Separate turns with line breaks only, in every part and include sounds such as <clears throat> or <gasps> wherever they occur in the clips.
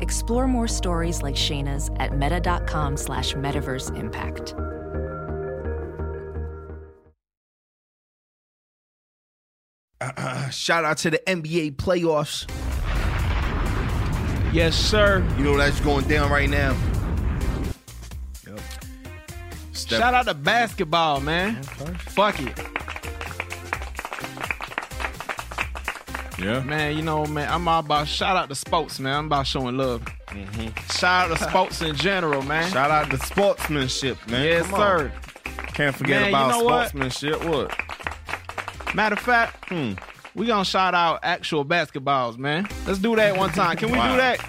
Explore more stories like Shayna's at meta.com slash metaverse impact.
Shout out to the NBA playoffs.
Yes, sir.
You know that's going down right now. Yep. Steph-
Shout out to basketball, man. Fuck it.
Yeah.
Man, you know, man, I'm all about shout out to sports, man. I'm about showing love. Shout out to sports in general, man.
Mm-hmm. Shout out to sportsmanship, man.
yes,
Come on.
sir.
Can't forget
Man, you
about
know what?
sportsmanship. What?
Matter of fact,
Hmm.
we gonna shout out actual basketballs, man. Let's do that one time. Can we
Wow.
do that?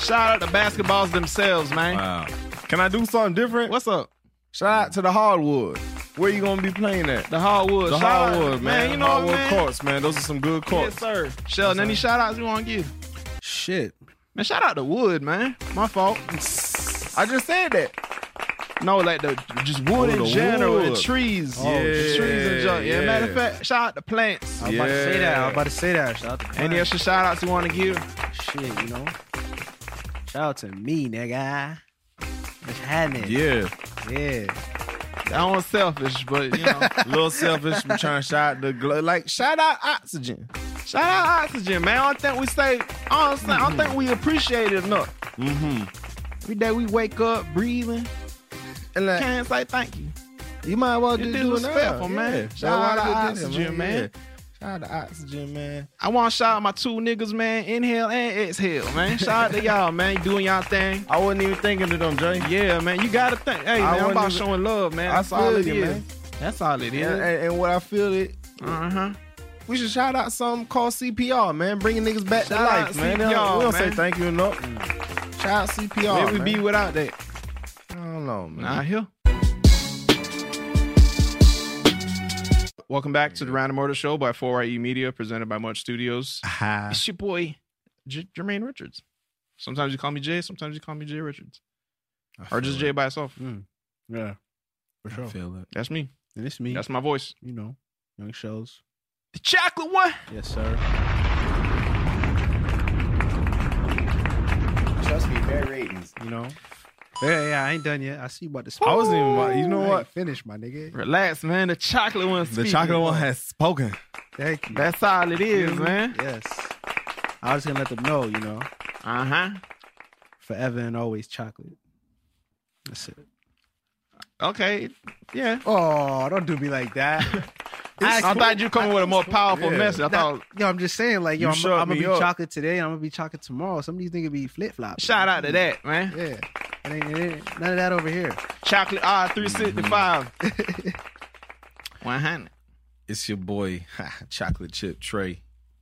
Shout out to basketballs themselves, man.
Wow.
Can I do something different?
What's up?
Shout out to the hardwood. Where you gonna be playing at?
The hardwood.
The
Shout out-
hardwood, man.
You know
hardwood
what, man?
courts, man. Those are some good courts.
Yes, sir. Sheldon, any shout outs you wanna give?
Shit.
Man, shout out to Wood, man. My fault.
I just said that.
No, like the just wood
Oh,
in
the
general and
wood.
trees.
Oh,
The trees and
yeah,
junk. Yeah. Matter of
yeah.
fact, shout out to plants.
I was about to say that. I was about to say that. Shout out to
Any
Clarence.
extra shout outs you want to give?
shit, you know. Shout out to me, nigga. It's happening.
Yeah.
yeah.
I don't selfish, but you
<laughs>
know.
<laughs> A little selfish. I'm trying to shout out the gl- like shout out oxygen.
shout out oxygen, man. I don't think we say I don't, think- I don't think we appreciate it enough.
Mm-hmm.
Every day we wake up breathing,
And like
can't say thank you.
you might as well
You're
just do it now.
disrespectful, man.
Yeah.
Shout
That's why
out
I
to
just did it,
oxygen, man.
Yeah. Shout out to oxygen, man.
I want to shout out my two niggas, man. Inhale and exhale, man. Shout out to y'all, man. Doing y'all thing.
I wasn't even thinking of them, Jay.
Yeah, man. You gotta think. Hey,
I
man. I'm
wouldn't
about
even-
showing love, man.
I
That's all
feel
it
you,
is.
man.
That's all it
And,
is.
and, and what I feel it,
Uh huh.
we should shout out something called CPR, man. Bringing niggas back
Shout
to
out
life, man.
CPR,
we don't say
man.
thank you enough. Shout out CPR.
Where we
Oh, man.
be without that?
I don't know, man.
Not here. Welcome back to the Random Order Show by 4YE Media, presented by Much Studios.
Ah.
It's your boy, J- Jermaine Richards. Sometimes you call me Jay, sometimes you call me Jay Richards. Or just Jay by itself.
Yeah. For
I feel it.
That's me.
And it's me.
That's my voice.
you know, Young Shells.
The chocolate one.
Yes, sir.
Trust me, fair ratings.
You know. Yeah, yeah, I ain't done yet. I see you about to speak.
I wasn't even about- you know
I ain't
what?
Finished, my nigga.
Relax, man. The chocolate one.
The chocolate one has spoken.
Thank you.
That's all it is, man.
Yes. I was gonna let them know, you know,
Uh huh.
forever and always chocolate. That's it.
Okay. Yeah.
Oh, don't do me like that. <laughs>
I, thought you coming with a more powerful
Yeah.
message. I thought.
Yo, I'm just saying, like, yo,
You
I'm,
shut
I'm gonna
me
be
up.
chocolate today, and I'm gonna be chocolate tomorrow. Some of these niggas be flip flop.
Shout out to that, man.
Yeah, it ain't, it ain't none of that over here.
Chocolate R three sixty five. One hundred.
It's your
<laughs>
boy, chocolate chip Trey.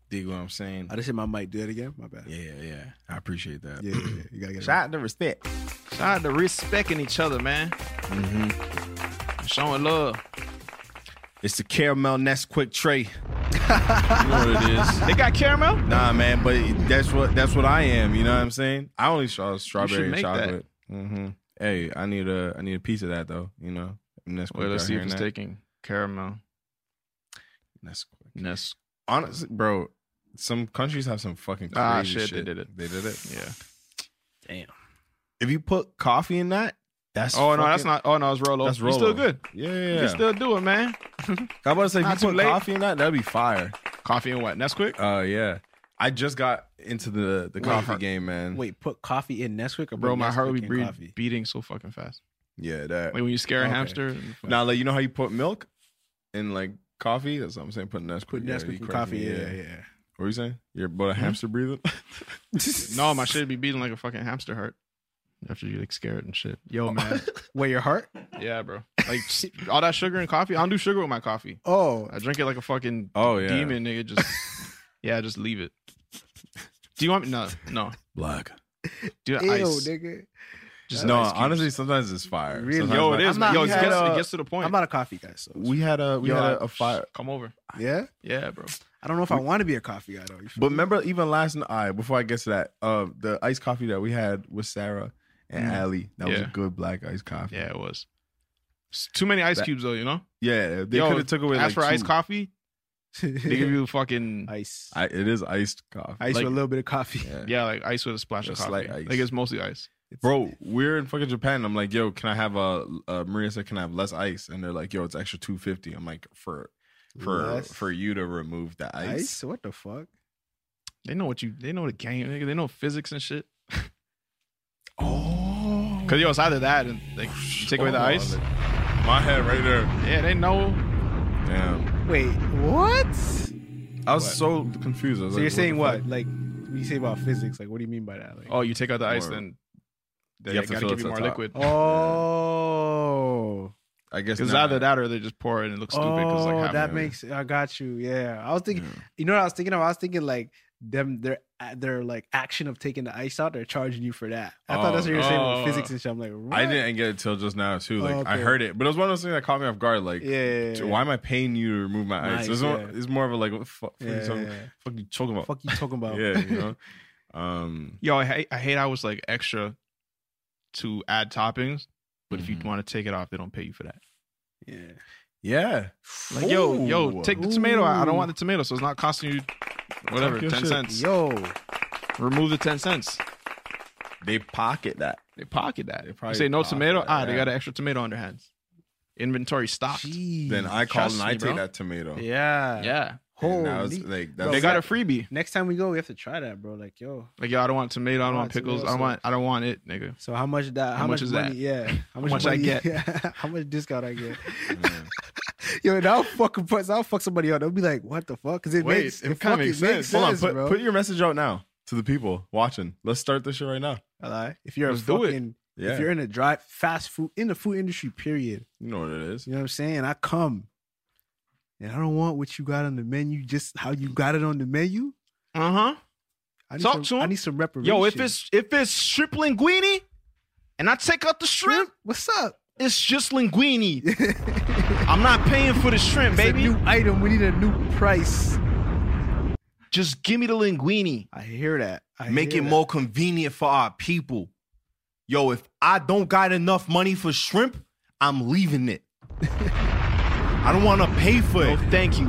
Dig what I'm saying?
I just hit Oh, my mic. Do that again. My bad.
Yeah, yeah. I appreciate that.
yeah, yeah, you gotta get
<clears throat>
it.
Shout out to respect.
Shout out to respecting each other, man. Showing love.
It's the caramel Nesquik
<laughs>
tray.
You know what it is?
They got caramel.
Nah, man, but that's what that's what I am. You know what I'm saying? I only saw strawberry and
make that.
chocolate. Mm-hmm. Hey, I need a I need a piece of that though. You know, Nesquik.
Well, let's
out
see
here
if
and
it's
that.
taking caramel.
Nesquik.
Yes.
honestly, bro, some countries have some fucking crazy
Ah,
shit.
shit, they did it.
They did it.
Yeah.
If you put coffee in that, that's
Oh no,
fucking-
that's not. Oh no, it's Rolo.
That's
You
Rolo.
still good.
Yeah, yeah.
You
yeah.
can still do it, man.
I was about to say,
not
if you
too
put
late.
coffee in that, that'd be fire.
Coffee and what? That's quick.
Uh, yeah. I just got into the the
Wait,
coffee
her-
game, man.
Wait, put coffee in Nesquik or
Bro,
put
my heart
Nesquik
be
in
breath-
Uh, coffee?
beating so fucking fast.
Yeah, that.
Like when you scare a
Okay.
hamster.
now, like you know how you put milk in like coffee. That's what I'm saying. Put Nesquik.
Put
Yeah,
Nesquik
you
in
correct
coffee.
me.
Yeah, yeah.
What are you saying? You're about a hamster <laughs> breathing.
Hmm? <laughs> No, my shit be beating like a fucking hamster heart. After you get scared and shit.
<laughs>
Yo, man.
Wait, your heart?
yeah, bro. Like all that sugar and coffee. I don't do sugar with my coffee.
Oh,
I drink it like a fucking
Oh yeah. <laughs>
demon, nigga. Just yeah, just leave it. Do you want me? No, no.
Black.
Dude,
Ew,
ice.
nigga.
Just
no,
ice cubes.
honestly, sometimes it's fire.
Really?
Sometimes,
Yo,
like-
it is.
I'm
man.
not-
Yo,
we
it
had,
gets,
uh,
it gets to the point.
I'm not a coffee guy, so
We had a we
Yo,
had
I-
a, a fire.
Come over.
yeah.
Yeah, bro.
I don't know if I want to be a coffee guy though. You feel
But
me?
remember, even last night, alright, before I get to that, uh, the iced coffee that we had with Sarah and
Mhm.
Allie, that was a
Yeah.
good black iced coffee.
Yeah, it was. It's too many ice
That-
cubes though, you know.
yeah. They
Yo,
could have took away.
As
like
for iced
two.
coffee, they
<laughs>
give you fucking
ice,
I, it is iced coffee.
ice
like-
with a little bit of coffee. <laughs>
Yeah.
yeah, like ice with a splash of
Just
coffee.
like
Like,
ice.
it's mostly ice.
Bro, we're in fucking Japan. I'm like, yo, can I have a? Uh, Maria said, can I have less ice? And they're like, yo, it's extra two fifty. I'm like, for for
Less
for you to remove the
ice.
ice.
What the fuck?
They know what you. They know the game. Nigga. They know physics and shit.
Oh,
Cause yo, it's either that and like you take away the ice.
My head right there.
Yeah, they know.
Damn,
Wait, what?
I was
What?
so confused. I was
So
like,
you're saying
the
what?
fuck?
Like, when you say about physics, like, what do you mean by that? Like,
Oh, you take out the ice,
Or- You
then they
have to
gotta
fill
give
it to
you more
the top.
liquid.
oh,
I guess
It's
not.
either that or they just pour it and it looks stupid. 'cause, like,
oh,
half
that
of it.
makes. I got you. Yeah, I was
Yeah.
thinking. You know what I was thinking? of? I was thinking like them. Their their like action of taking the ice out. They're charging you for that. I thought that's what you were saying
Oh.
with physics and shit. I'm like, what?
I didn't get it till just now too. Like
Oh,
I
okay.
heard it, but it was one of those things that caught me off guard. Like,
Yeah, yeah, yeah.
why am I paying you to remove my ice?
Nice,
it's, more,
yeah.
it's more of a like, what the fuck? Fuck,
Yeah,
you, talking,
yeah, yeah.
fuck you talking about?
Fuck you talking about?
yeah, you know. Um,
Yo, I hate, I hate I was like extra to add toppings, but if you
Mhm.
want to take it off, they don't pay you for that.
<laughs> yeah.
yeah.
Like, yo, yo,
Ooh.
take the tomato. out. I don't want the tomato, so it's not costing you whatever
Talk your
ten
shit.
cents.
Yo,
Remove the ten cents.
They pocket that.
They pocket that.
They
If you
probably
say no
pocket
tomato,
that,
ah, they
yeah.
got an extra tomato on their hands. Inventory stocked.
jeez.
Then I call
trust
and I
me,
take
bro.
that tomato.
Yeah.
Yeah,
And now it's
Holy-
like
Bro,
that's
they got a
that-
freebie.
Next time we go, we have to try that, bro. Like, yo.
Like, yo, I don't want tomato. I don't want pickles. I don't want. I don't want it, nigga.
So how much that? How, much,
much is <laughs>
money? Yeah. How
much I
money-
get?
<laughs> how much discount I
<laughs>
get?
Yeah.
Yo, that'll fucking put. That'll fuck somebody up. They'll be like, "What the fuck?" Because it
Wait,
makes
it
it
kinda
fucking makes
makes
sense,
sense.
Hold on,
bro.
put, put your message out now to the people watching. Let's start this shit right now.
Alright. If you're a
Let's do it.
fucking,
Yeah,
if you're in a dry fast food in the food industry, period.
you know what it is.
You know what I'm saying? I come, and I don't want what you got on the menu. Just how you got it on the menu.
Uh huh.
I need
Talk
some,
to 'em.
I need some reparations.
Yo, if it's if it's shrimp linguine, and I take out the shrimp,
what's up?
it's just <laughs> linguine. I'm not paying for the shrimp,
It's a
baby.
new item. We need a new price.
Just give me the linguine.
I hear that. I
Make
hear
it
that.
more convenient for our people. Yo, if I don't got enough money for shrimp, I'm leaving it. I don't want to pay for
No,
it.
thank you.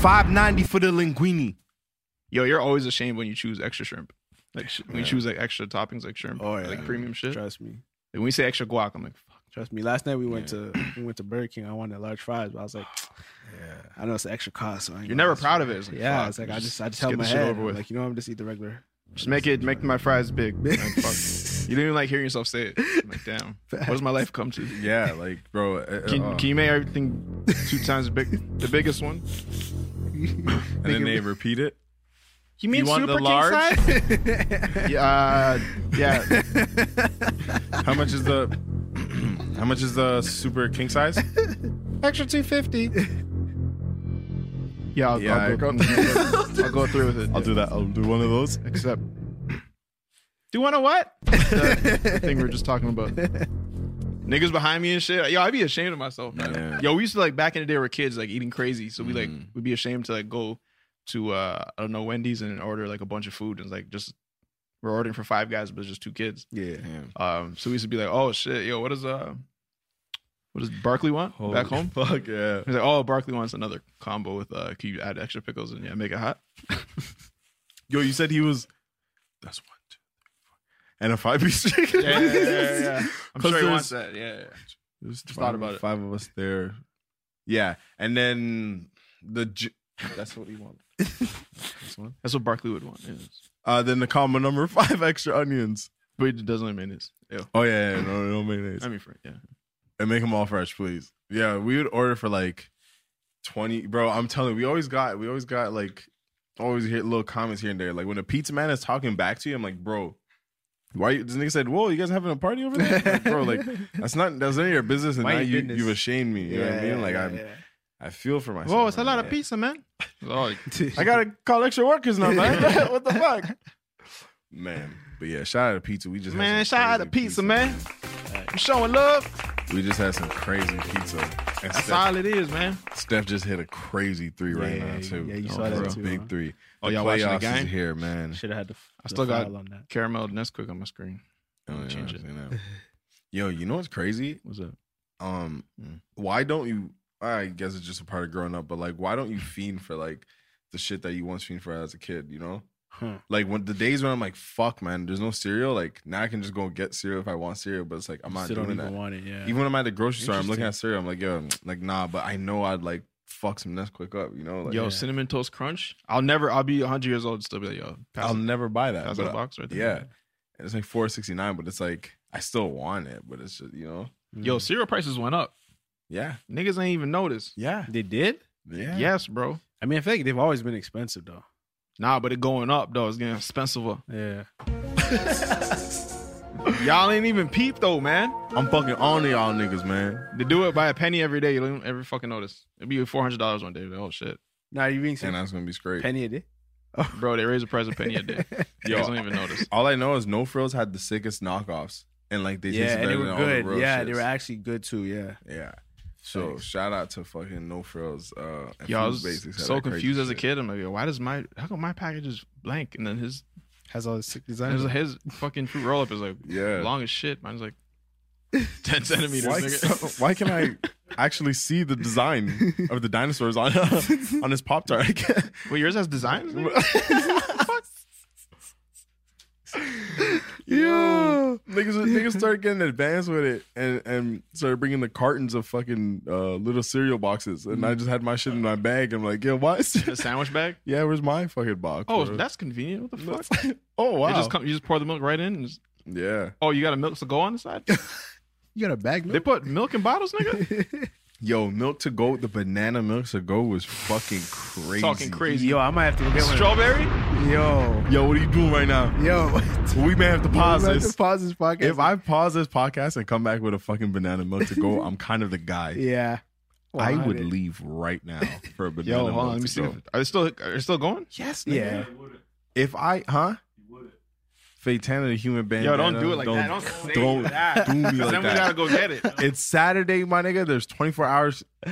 Five ninety for the linguine.
Yo, you're always ashamed when you choose extra shrimp. Like sh- when you choose like extra toppings, like shrimp,
Oh, yeah.
like premium shit. Like,
Trust me.
when we say extra guac, I'm like, fuck.
Trust me. Last night we went to <clears throat> we went to Burger King. I wanted large fries, but I was like, I know it's an extra cost. So I ain't
You're
gonna
never
ask
proud
for
of it. It's like,
yeah,
fuck,
it's like I
just-
just I just
just
held
get
my
this shit
head
over with.
Like you know, I'm just eat the regular
Just make it, make my fries <laughs> big. Like,
<laughs>
fuck. You don't even like hearing yourself say it. I'm like, damn, what does my life come to?
Yeah, like bro. uh,
Can,
uh,
can you make everything two times big? The
<laughs>
biggest one.
and then they repeat it.
You
mean want the super king large? size?
yeah, uh, yeah.
How much is the? <clears throat> how much is the super king size?
extra two fifty.
Yeah, I'll,
Yeah,
I'll, go, <laughs> I'll, go through with it.
I'll do that. I'll do one of those.
Except, do you want to what? The, the thing we were just talking about. Niggas behind me and shit. Yo, I'd be ashamed of myself. man.
Yeah.
Yo, we used to like back in the day we were kids, like eating crazy. So we like
Mhm.
we'd be ashamed to like go to uh I don't know Wendy's and order like a bunch of food and it's like just we're ordering for five guys, but it's just two kids.
Yeah. <laughs>
Damn.
Um, so we used to be like, oh shit, yo, what does uh, what does Barkley want
Holy
back home?
Fuck yeah.
He's like, oh, Barkley wants another combo with uh, can you add extra pickles and yeah, make it hot?
Yo, you said he was. That's one, two, three, four. and a five piece chicken.
I'm
'Cause
sure he
there's-
wants that. Yeah, yeah.
There's
Just
five,
thought about it.
Five of us there. Yeah, and then the ju- that's what we want. <laughs> this one.
that's what Barkley would want. Yeah.
Uh, then the combo number <laughs> five extra onions.
But he doesn't like mayonnaise. Yeah,
Oh yeah, yeah no, no mayonnaise,
I mean, for, yeah.
<laughs> and make them all fresh, please. Yeah, we would order for like twenty, bro. I'm telling you, we always got, we always got like, always hear little comments here and there. Like when a pizza man is talking back to you, I'm like, bro, why? You, this nigga said, "Whoa, you guys having a party over there, Like, bro?"
<laughs>
Like that's not that's none of your business, and
Mind
now
your
you,
business.
you've ashamed me. You know what I mean? Like I'm. I feel for myself.
Whoa, it's a
right
lot
now. <laughs>
of pizza, man. Oh, <laughs>
I gotta call extra workers now, man. what the fuck? man. But yeah, shout out to pizza. We just had
Man,
some
shout out to
crazy
pizza, man. I'm showing love.
We just had some crazy pizza. And
That's
Steph,
all it is, man.
Steph just hit a crazy three right
Yeah,
now too. Oh,
yeah, you
saw that
bro.
too,
Big
huh?
three.
Oh,
The
y'all watching the
playoffs is
game?
here, man.
Should have had the. f-
I
the
still got-
file on that.
Caramel Nesquik on my screen.
Oh, yeah,
Change
I
it.
seen that. Yo, you know what's crazy?
What's up?
Um,
Mm.
why don't you? I guess it's just a part of growing up, but like, why don't you fiend for like the shit that you once fiend for as a kid? You know,
Huh.
like when the days when I'm like, fuck, man, there's no cereal. Like now I can just go get cereal if I want cereal, but it's like I'm
You
not
still
doing
don't
that.
even want it. Yeah.
Even when I'm at the grocery store, I'm looking at cereal. I'm like, yo, like nah, but I know I'd like fuck some Nesquik up. You know, like
Yo,
yeah.
cinnamon toast crunch. I'll never. I'll be 100 years old and still be like, yo, pass,
I'll never buy that.
pass
but
the
I-
box right there.
yeah, and it's like four sixty nine, but it's like I still want it, but it's just you know,
Mm.
Yo,
Mm.
cereal prices went up.
yeah,
Niggas ain't even noticed.
yeah,
they did.
yeah,
Yes, bro.
I mean, I feel like they've always been expensive though.
Nah, but it going up though. It's getting expensive.
Yeah.
Y'all ain't even peep though, man.
I'm fucking on to y'all niggas, man.
They do it by a penny every day. You don't every fucking notice. It'd be four hundred dollars one day. Like, Oh shit,
Now you being
And
serious?
that's gonna be straight.
Penny a day.
bro. They raise the price a penny
<laughs>
a day. You
Yo,
guys don't
<laughs>
even notice.
All I know is No Frills had the sickest knockoffs, and like they
yeah,
tasted
and
better
they
than
were
all the
good.
real
yeah,
shits.
they were actually good too. Yeah.
yeah. So
Thanks.
shout out to fucking No Frills. Uh, and
Yo, I
Food
was
Basics had
so
that crazy
confused as a
shit.
kid. I'm like, yo, why does my how come my package is blank and then his
Has all the sick designs.
his, his fucking fruit roll up is like
Yeah.
long as shit.
<laughs>
Mine's like ten centimeters.
Why, <laughs>
nigga.
why can I actually see the
<laughs>
design of the dinosaurs on uh, on his pop tart?
Wait, yours has designs. nigga?
<laughs> Yo, <laughs> niggas, niggas started getting advanced with it and, and started bringing the cartons of fucking uh, little cereal boxes. And I just had my shit in my bag. I'm like, yo, why is
The sandwich bag.
<laughs> Yeah, where's my fucking box?
Oh,
bro?
that's convenient. What the fuck?
<laughs> oh wow.
It just come, you just pour the milk right in. And just,
yeah.
oh, you got a milk to go on
<laughs>
the side.
You got a bag?
they
Milk?
put milk in bottles, nigga.
Yo, milk to go. The banana milk to go was fucking crazy.
Talking crazy.
Yo, I might have to go get one.
Strawberry.
Oh,
Yo.
Yo, what are you doing right now?
Yo.
We may have to pause
Like
this.
the Pause this podcast.
If I pause this podcast and come back with a fucking banana milk to
<laughs>
go, I'm kind of the guy.
yeah.
I
Why
would
did-
leave right now for a banana
Yo, hold
milk
on. Let me
to
see.
go.
If, are they still are they still going?
Yes, nigga.
Yeah.
If I, huh? Fatana the human band.
Yo, don't do it like that. Don't say
don't
that.
do me like
then we
that.
gotta go get it.
It's Saturday, my nigga. There's 24 hours.
<laughs>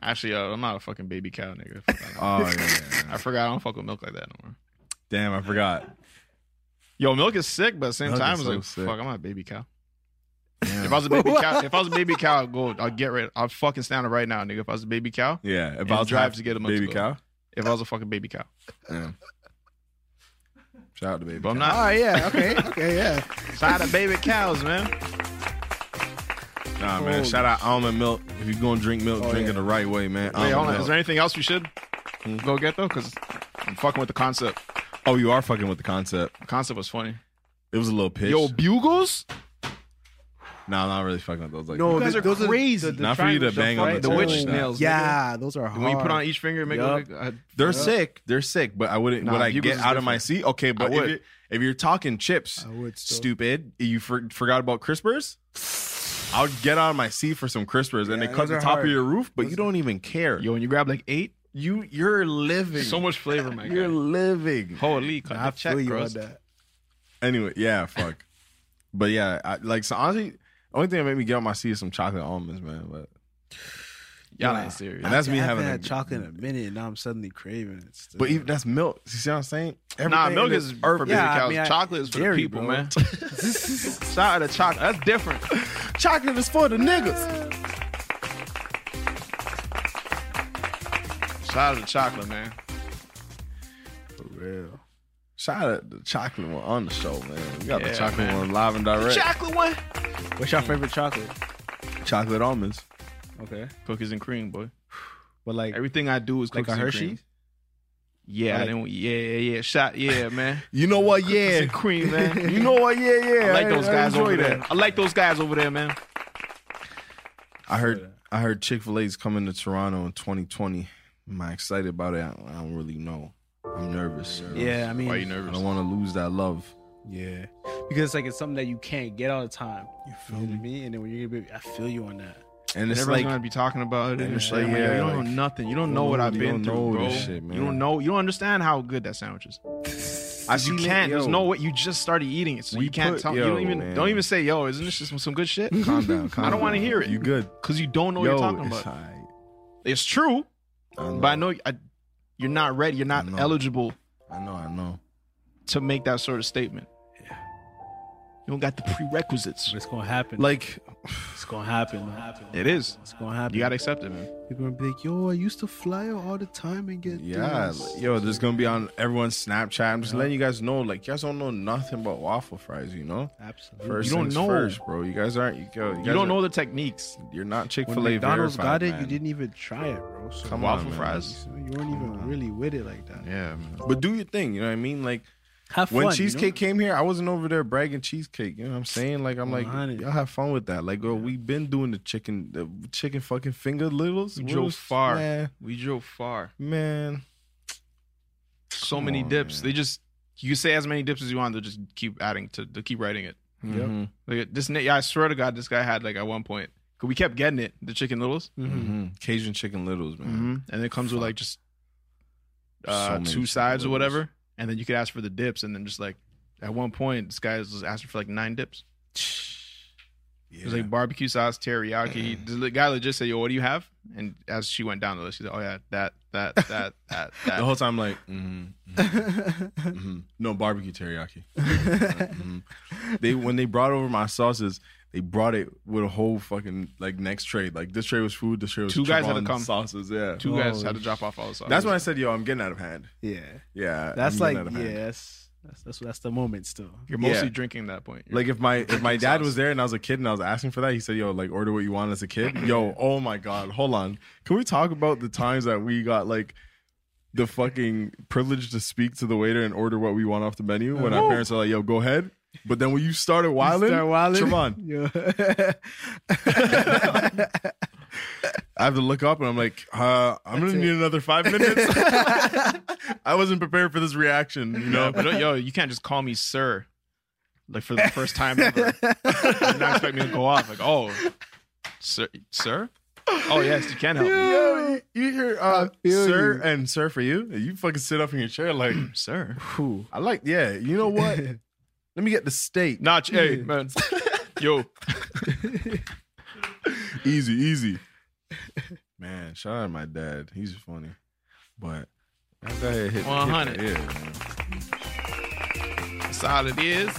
Actually, uh, I'm not a fucking baby cow, nigga. Fuck that.
Oh yeah, yeah,
<laughs>
yeah.
I forgot I don't fuck with milk like that no more.
Damn, I forgot.
Yo, milk is sick, but at the same
Milk
time,
is
it's
so
like,
sick.
fuck, I'm not a baby cow.
Damn.
If I was a baby cow, if I was a baby cow, I'd go. I'd get rid. I'd fucking stand it right now, nigga. If I was a baby cow,
yeah, if
And
I was
drive
half
to get a milk
baby
to go.
cow.
if I was a fucking baby cow,
Yeah. Shout out to baby.
but I'm
cow.
not.
<laughs> Oh yeah. Okay. Okay. Yeah.
Side of baby cows, man.
Nah, man. Shout out almond milk. If you're gonna drink milk, drink it
yeah.
the right way, man.
Wait,
Almond
hold on. Is
milk.
there anything else we should
Hmm.
go get though? Because I'm fucking with the concept.
oh, you are fucking with the concept.
The concept was funny.
It was a little pitch.
Yo, bugles.
nah, I'm not really fucking with those. Like,
No,
You guys
th-
are
those
crazy.
Are the, the
Not for you to
triangle
bang
stuff,
on the
right?
The
table
witch
like that.
nails.
Yeah, those are hard.
When you put on each finger, make
Yup.
it look like,
They're sick. They're sick, but I wouldn't.
Nah,
would I
Bugles
get
is
out of my
different.
seat? Okay, but
would.
if you're, if you're talking chips,
I would still-
stupid, you for, forgot about crispers. I would get out of my seat for some crispers, and they
Yeah,
cut
those
the
are
top
hard.
of your roof, but you don't even care.
yo, and you grab like eight.
you you're living.
So much flavor, my
You're
guy.
living.
Holy, cut
I
the check,
feel you
bro.
on that.
Anyway, yeah, fuck. but yeah, I, like so honestly, only thing that made me get on my seat is some chocolate almonds, man. But
Y'all
Nah.
ain't serious.
And that's
I
me
haven't
having
had
a-
chocolate in a minute, and now I'm suddenly craving it. It's
but
the-
even that's milk. You see what I'm saying?
nah,
Everything
milk
in
is
it-
for baby
Yeah, I
cows.
mean, I-
chocolate is for
dairy,
the people,
bro.
man. Shout out to chocolate. That's different.
chocolate is for the niggas.
Shout out to chocolate, man.
for real.
Shout out the chocolate one on the show, man. We got the
Yeah,
chocolate
man.
one live and direct.
Chocolate one.
What's your favorite chocolate?
chocolate almonds.
Okay,
Cookies and cream, boy.
but like
Everything I do is
like
cookies
a
and
Hershey.
cream. Yeah, I
Like-
didn't, yeah, yeah, yeah. Shot, yeah, man.
You know <laughs> what?
Cookies
Yeah.
and cream,
<laughs>
man.
You know what? Yeah, yeah.
I like those guys
enjoy
over there. I like those guys over there, man.
I heard I heard Chick Fil A's coming to Toronto in 2020. Am I excited about it? I I don't really know. I'm nervous.
Yeah, I mean,
Why you
I
nervous?
don't want to lose that love.
yeah, because like it's something that you can't get all the time. You feel me? And then when you're gonna be, I feel you on that.
And
And
it's
everyone's
like,
gonna be talking about it.
and
And
it's
shit.
like,
I'm like, yo,
yeah,
you don't
like,
know nothing. You don't
you
know what
don't-
I've
you
been
don't
through,
know
bro.
this shit,
You don't
man.
know. You don't understand how good that sandwich is.
<laughs> I
you
seen it,
can't. There's
yo.
no way. You just started eating it, so
We
you can't
put-
tell. you
yo,
don't even.
man.
Don't even say, "Yo, isn't this just some good shit?" <laughs>
Calm down.
I
calm
don't want to
down.
hear it.
You good?
because you don't know what
Yo,
you're talking
it's
about.
alright.
It's true,
I know,
but I know I, you're not ready. You're not
know.
eligible
I know. I know.
to make that sort of statement. You don't got the prerequisites.
It's gonna happen.
Like,
it's gonna happen. man.
It is.
It's gonna happen.
You gotta accept it, man.
People are gonna be like, "Yo, I used to fly out all the time and get
yeah,
this."
like, yo, this is gonna be on everyone's Snapchat. I'm just letting you guys know, like, you guys don't know nothing about waffle fries. You know,
absolutely."
first
don't
things
know.
first, bro. You guys aren't. You, go, you,
You
guys
don't know
are-
the techniques.
You're not Chick
When
Fil A.
McDonald's
verified,
got it, you
man.
didn't even try it, bro. So
Come
waffle
on, man.
fries.
you weren't even really with it like that.
Yeah, man.
But do your thing. You know what I mean? Like.
Have fun.
when
you know?
cheesecake came here, I wasn't over there bragging cheesecake. You know what I'm saying? Like I'm like,
100.
y'all have fun with that. Like, girl, we been doing the chicken, the chicken fucking finger littles.
We drove
Littles?
far.
man.
We drove far.
man.
So
Come
many
on,
dips.
Oh, man.
They just you can say as many dips as you want. They'll just keep adding to. They'll keep writing it.
Mhm.
Like this. ni- I swear to God, this guy had like at one point. Cause we kept getting it, the chicken littles, Mm-hmm.
Mhm. Cajun chicken littles, man.
and it comes with like just uh,
So many
two
chicken
sides or
littles.
whatever, and then you could ask for the dips, and then just like at one point, this guy was asking for like
<sighs>
nine dips. It was
Yeah.
like barbecue
<clears throat>
sauce, teriyaki. the guy legit said, "Yo, what do you have?" And as she went down the list, she said, "Oh yeah, that, that, <laughs> that, that, that."
the whole time, like, mhm, mhm,
<laughs>
mhm. no barbecue teriyaki. Mhm. They when they brought over my sauces, they brought it with a whole fucking like next tray. Like this tray was food, this tray was
Two guys had to
Trevon
come.
sauces. Yeah,
Two guys had to drop off all the sauce.
Oh, That's when I said, yo, I'm getting out of hand.
Yeah,
Yeah,
that's
I'm getting out
like
of
yeah,
hand.
that's
That's, that's that's the moment still.
<laughs>
You're mostly
Yeah.
drinking at that point. You're-
Like if my if <laughs> my dad
sauce.
was there and I was a kid and I was asking for that, he said, "Yo, like order what you want as a kid." <clears throat> Yo, oh my god, hold on. Can we talk about the times that we got like the fucking privilege to speak to the waiter and order what we want off the menu when our parents are like, "Yo, go ahead," but then when Uh-huh. you started wilding,
Start wilding.
Trevon,
Yeah.
<laughs> I have to look up and I'm like, uh, "I'm gonna need another five <laughs> minutes." I wasn't prepared for this reaction, you
No,
know.
but uh, yo, you can't just call me sir, like
<laughs>
for the first time ever. You're not expect me to go off. Like, oh, sir, sir. Oh yes, you can help me,
Yo, you you hear, uh,
feel
sir,
you.
and sir for you. You fucking sit up in your chair like. <clears throat>
sir.
Whew.
I like, yeah. You know
<laughs>
what? Let me get the steak.
Nah, ch- hey
<laughs>
man, yo,
Easy,
<laughs>
easy. Man, shout out to my dad. He's funny, but that guy hit the kid
100.
right here, man.
that's all it is.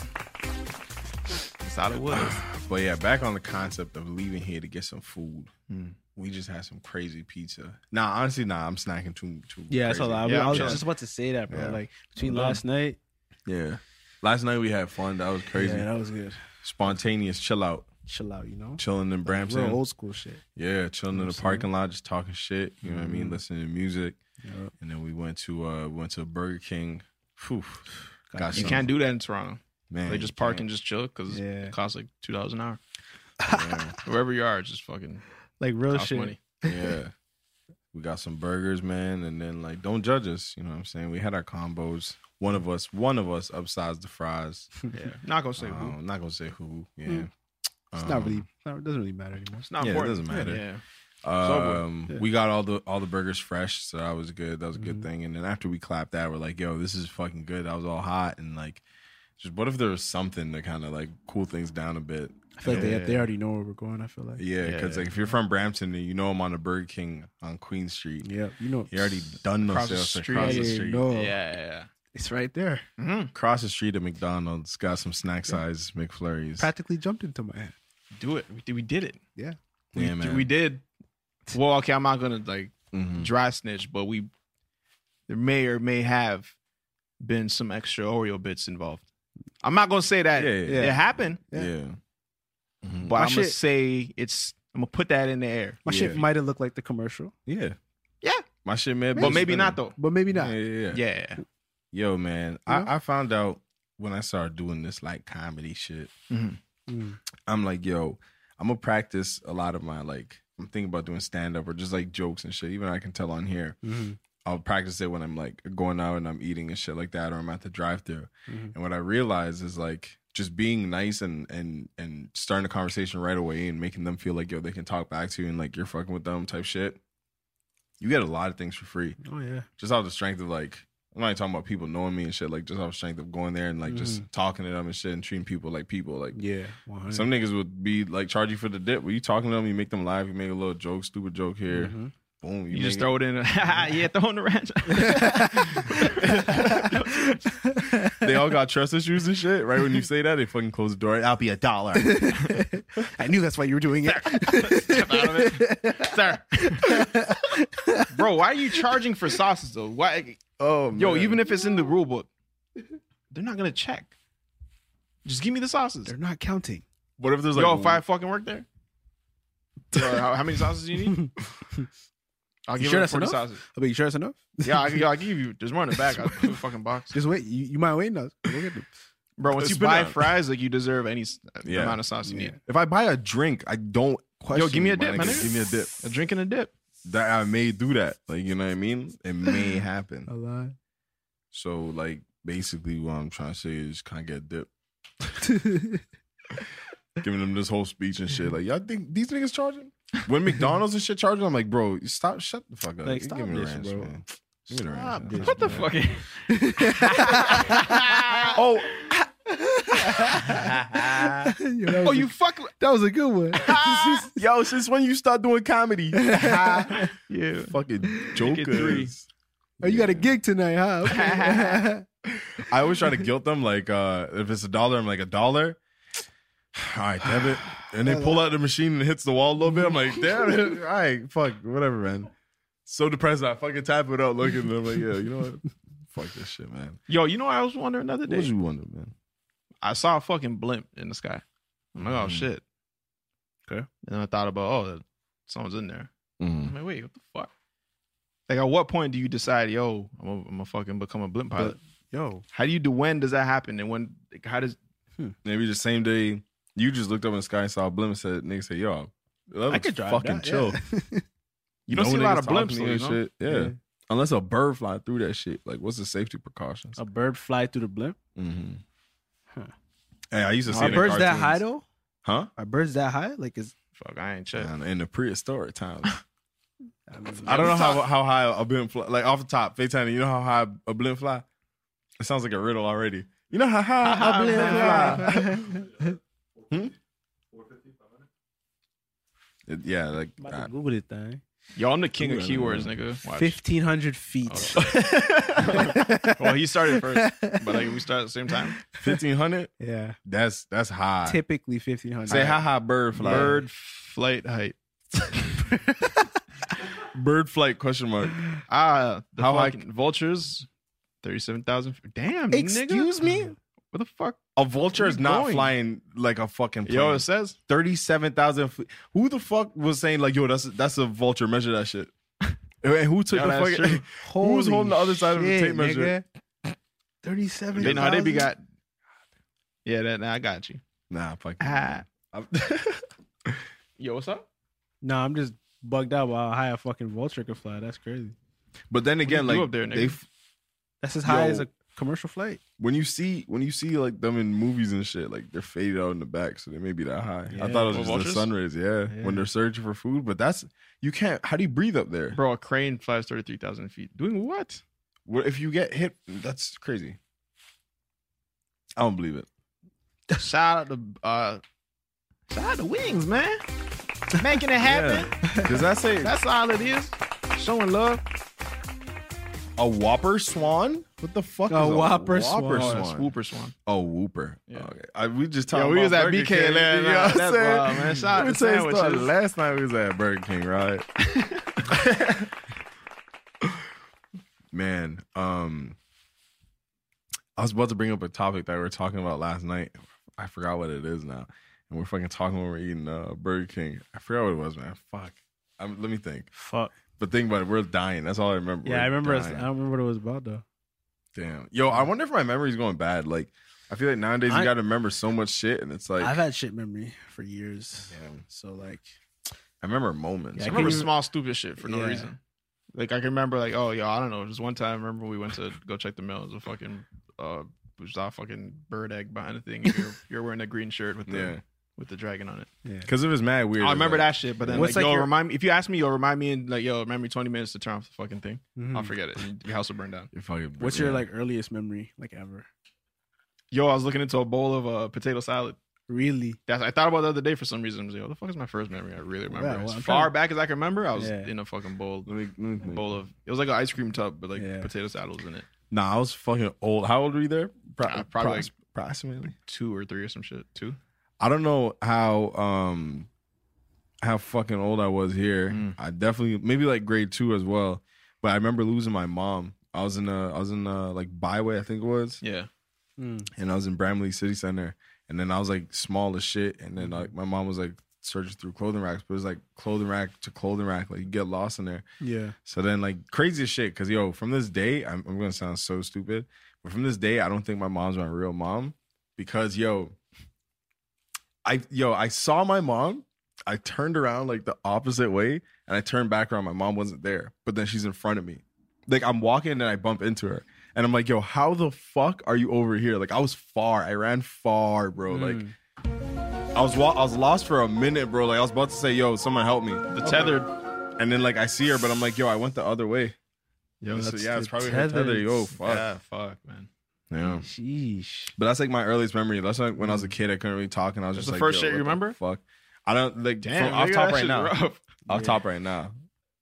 That's all it
<sighs>
was.
But yeah, back on the concept of leaving here to get some food.
Hmm.
We just had some crazy pizza. Nah, honestly, nah. I'm snacking too, too.
Yeah, that's
crazy.
all. I,
Yeah,
I was
I'm
just about to say that, bro.
Yeah.
Like between last night,
Yeah. Last night we had fun. That was crazy.
yeah, that was good.
Spontaneous chill out,
Chill out, you know.
chilling in Brampton.
Real old school shit.
Yeah, chilling in the parking lot, just talking shit. You know what I
Mm-hmm.
mean? Listening to music, and then we went to uh we went to Burger King. Phew, got
You
some-
can't do that in Toronto.
man.
They just park and just chill because
Yeah.
it costs like two dollars an hour. Wherever you are, it's just fucking
Like
Oh,
real
costs
shit.
money.
yeah. We got some burgers, man, and then like don't judge us. You know what I'm saying? We had our combos. One of us, one of us upsized the fries.
Yeah, not gonna <laughs> say
Um,
who. Hmm.
I'm not gonna say who. Yeah,
It's
Um,
not really. Not, it doesn't really matter anymore.
It's not
yeah, it
important.
doesn't matter.
Yeah. Subway.
Um, we got all the all the burgers fresh, so that was good. That was a good
Mm-hmm.
thing. And then after we clapped that, we're like, "Yo, this is fucking good." That was all hot and like, just what if there was something to kind of like cool things down a bit?
I feel like
Yeah.
they, they already know where we're going. I feel like.
Yeah,
Yeah,
because
yeah.
like if you're from Brampton and you know I'm on a Burger King on Queen Street,
Yeah, you know.
you already done those
Across the
sales
street.
across the
Yeah,
street.
no.
Yeah, yeah,
It's right there.
yeah. Mhm.
Across the street at McDonald's, got some snack size McFlurries.
Practically jumped into my head.
Do it. We did. We did it.
Yeah.
We,
Yeah, man.
we did. Well, okay, I'm not gonna like
Mhm.
dry snitch, but we there may or may have been some extra Oreo bits involved. I'm not gonna say that
Yeah, yeah, Mm-hmm. Hmm.
it
yeah.
happened,
Yeah,
but
My
I'm gonna
shit-
say it's. I'm gonna put that in the air,
My shit
Yeah.
might have looked like the commercial,
yeah,
Yeah.
My shit, man.
but maybe not though.
but maybe not.
Yeah, yeah, yeah.
Yeah.
Yo, man,
know?
I, I found out when I started doing this like comedy shit.
Mhm.
Mm.
I'm like, yo, I'm gonna practice a lot of my like. I'm thinking about doing stand up or just like jokes and shit. Even I can tell on here.
Mm-hmm.
I'll practice it when I'm like going out and I'm eating and shit like that, or I'm at the drive through. And what I realize is like just being nice and and and starting a conversation right away and making them feel like yo they can talk back to you and like you're fucking with them type shit. You get a lot of things for free
Oh yeah.
just out of the strength of like I'm not even talking about people knowing me and shit. Like just out of strength of going there and like
Mm-hmm.
just talking to them and shit and treating people like people. Like
Yeah. 100.
some niggas would be like charge you for the dip. When you talking to them, you make them laugh. You make a little joke, stupid joke here. Boom.
Mm-hmm. You just
make
throw it
<laughs>
in. <laughs> yeah, throw in the ranch.
it- They all
<laughs>
got trust issues and shit. Right when you say that, they fucking close the door. I'll be a dollar.
I knew that's why you were doing it.
Step out of it,
<laughs>
sir. Bro, why are you charging for sauces though? Why,
oh, man.
yo? Even if it's in the rule book, they're not gonna check. Just give me the sauces.
They're not counting.
what if there's like
yo, if I fucking
<laughs>
work there, Bro, how, how many sauces do you need? I'll give
sure
her
that's
forty
enough?
sauces.
I mean, you sure that's enough? <laughs>
Yeah, I, yeah, I'll give you. There's more in the back. I'll put a
<laughs>
fucking box.
Just wait. You, you might wait now. Go get them.
Bro, once
It's
you buy
been a-
fries, like you deserve any s-
Yeah.
amount of sauce you need.
if I buy a drink, I don't question.
Yo, give me a
it,
dip, my nigga.
Give me a dip.
A drink and a dip.
That I may do that. Like you know what I mean? It may happen.
A <laughs> lie.
So like basically what I'm trying to say is kind of get
<laughs>
dipped. Giving them this whole speech and shit. Like, y'all think these niggas
<laughs>
charging? When McDonald's and shit charging, I'm like, bro, you stop, shut the fuck up.
Like,
You
stop
give me the
this,
ranch,
bro.
man. Give me the
Stop
ranch,
this,
What
<laughs>
the
man.
fuck?
<laughs>
<laughs>
Oh,
Oh, you fuck.
That was a good one. <laughs>
yo, since when you start doing
<laughs>
comedy?
Yeah.
Fucking
it three.
jokers.
Oh, you got a gig tonight, huh? Okay.
I always try to guilt them. Like, uh, if it's a dollar, I'm like a dollar. <sighs> All right, debit. And they pull out the machine and it hits the wall a little bit. I'm like, damn it. <laughs> All right, fuck, whatever, man. So depressed, I fucking tap it out, looking. And I'm like, yeah, you know <laughs> what? Fuck this shit, man.
Yo, you know what I was wondering the other
What
day?
you wonder, man?
I saw a fucking blimp in the sky. I'm like, oh
Mhm.
shit. Okay. And I thought about, oh, someone's in there. I'm like, wait, what the fuck? Like, at what point do you decide, yo, I'm a, I'm a fucking become a blimp pilot?
Yo,
How do you do? When does that happen? And when? Like, how does?
Maybe the same day you just looked up in the sky and saw a blimp and said, nigga said, yo, that looks
could drive
fucking
<laughs>
that,
chill.
You don't see a lot of blimps, though, you
and
know?
shit. Yeah.
Yeah.
Unless a bird fly through that shit. Like, what's the safety precautions?
A bird fly through the blimp.
Mm-hmm.
Huh.
Hey, I used to see
Are
it in
birds that high
cartoons.
though?
Huh?
Are birds that high? Like is
Fuck, I ain't checked.
Man, in the prehistoric <laughs> times.
I mean,
I don't know how, how high a blimp fly. Like off the top, Faytana, you know how high a blimp fly? It sounds like a riddle already. You know how high a blimp fly? <laughs> hmm? It- yeah, like
I'm about
uh,
to Google it thing.
Yo, I'm the king of
Ooh, I
keywords,
don't
nigga. Watch.
Fifteen hundred feet.
<laughs>
<laughs> well,
<laughs>
he started first, but like we start at the same time.
fifteen hundred.
yeah.
That's that's high.
Typically fifteen hundred.
Say how high bird <laughs> fly?
Bird flight height.
bird flight question <laughs> mark.
Ah, the
How high-
fucking vultures, thirty-seven thousand. Damn,
Excuse
nigga.
me?
What the fuck?
A vulture is not
going?
flying like a fucking plane.
Yo, it says
thirty-seven thousand. Fl- who the fuck was saying like, yo, that's that's a vulture. Measure that
<laughs>
shit. And who took the
Yo, that's
fucking? <laughs>
true.
Who was holding the other side of the tape measure?
thirty-seven.
they know how they be got. Yeah, that, nah, I got you.
Nah, fuck.
Ah.
I'm- <laughs>
Yo, what's up?
No, I'm just bugged out by how high a fucking vulture can fly. That's crazy.
but then again,
do
like
up there, nigga?
they f-
That's as high
Yo.
as a commercial flight.
when you see when you see like them in movies and shit, like they're faded out in the back, so they may be that high. I
Yeah.
thought it was
Or
just
vultures?
the sun rays. Yeah, when they're searching for food, but that's you can't. How do you breathe up there?
Bro, a crane flies thirty-three thousand feet. Doing what?
What if you get hit? That's crazy. I don't believe it.
Shout out to uh, shout out to Wings, man. Making it happen.
Does that say
That's all it is. Showing love.
a whopper swan? What the fuck?
A
is
whooper
whooper
swan.
Oh, that's Whooper Swan.
Oh, whooper.
Yeah.
Okay. I, we just
Yo,
talking.
we
about
was at
Burger
BK
King,
last
you know
night.
what I'm
That's
saying?
wild, man. Shout out
Let me
to
tell you a story.
sandwiches.
Last night we was at Burger King, right? <laughs> man, um, I was about to bring up a topic that we were talking about last night. I forgot what it is now, and we're fucking talking when we're eating uh, Burger King. I forgot what it was, man. Fuck. I'm, let me think.
Fuck.
But think about it. We're dying. That's all I remember.
Yeah,
We're
I remember. it's- I
dying.
don't remember what it was about though.
Damn. Yo, I wonder if my memory's going bad. Like, I feel like nowadays you
I-
gotta remember so much shit, and it's like
I've had shit memory for years.
Damn.
So like,
I remember moments.
Yeah,
I
I
remember
can't even-
small stupid shit for no
Yeah.
reason. Like I can remember like oh yo I don't know just one time I remember we went to go check the mail it was a fucking uh which is a fucking bird egg behind the thing. If you're, <laughs> you're wearing a green shirt with the
Yeah.
with the dragon on it.
Because it was mad weird.
I remember
like-
that shit, but then
What's
like,
like
yo,
your-
remind me if you ask me, yo, remind me in like yo, remind me twenty minutes to turn off the fucking thing.
Mhm.
Hmm.
I'll forget it. and Your house will burn down.
You're fucking-
Mm-hmm. What's
yeah.
your like earliest memory, like ever?
Yo, I was looking into a bowl of uh, potato salad.
Really?
That's I thought about the other day for some reason. I was like, yo, the fuck is my first memory? I really remember.
Yeah, well,
as
I'm
far
trying to-
back as I can remember, I was
Yeah.
in a fucking bowl
Let me, let me think.
bowl of it was like an ice cream tub, but like
Yeah.
potato salad was in it.
Nah, I was fucking old. How old were you there? Pro-
Uh, probably
pro-
like-
approximately.
Two or three or some shit. Two?
I don't know how um how fucking old I was here.
Mm.
I definitely maybe like grade two as well. But I remember losing my mom. I was in a I was in a like byway, I think it was.
Yeah.
Hmm.
and I was in Bramley City Center, and then I was like small as shit, and then like my mom was like searching through clothing racks, but it was like clothing rack to clothing rack, like you get lost in there.
Yeah.
So then like crazy as shit, cause yo, from this day, I'm, I'm gonna sound so stupid, but from this day, I don't think my mom's my real mom, because yo, I yo I saw my mom, I turned around like the opposite way, and I turned back around, my mom wasn't there, but then she's in front of me, like I'm walking and I bump into her. And I'm like, yo, how the fuck are you over here? Like, I was far. I ran far, bro. Like, I was wa- I was lost for a minute, bro. Like, I was about to say, yo, someone help me.
The tethered
And then like I see her, but I'm like, yo, I went the other way. Yo, so, yeah, it's probably her tether. Yo, fuck. Yeah.
Yeah, fuck, man.
Hmm.
Sheesh.
But that's like my earliest memory. That's like when I was a kid, I couldn't really talk, and I was
Mm. That's
just
the
like,
first
yo,
shit you
what the
remember?
Fuck. I don't like
Damn,
from off
nigga,
top
that
right
shit's <laughs>
now.
rough.
Off top right now.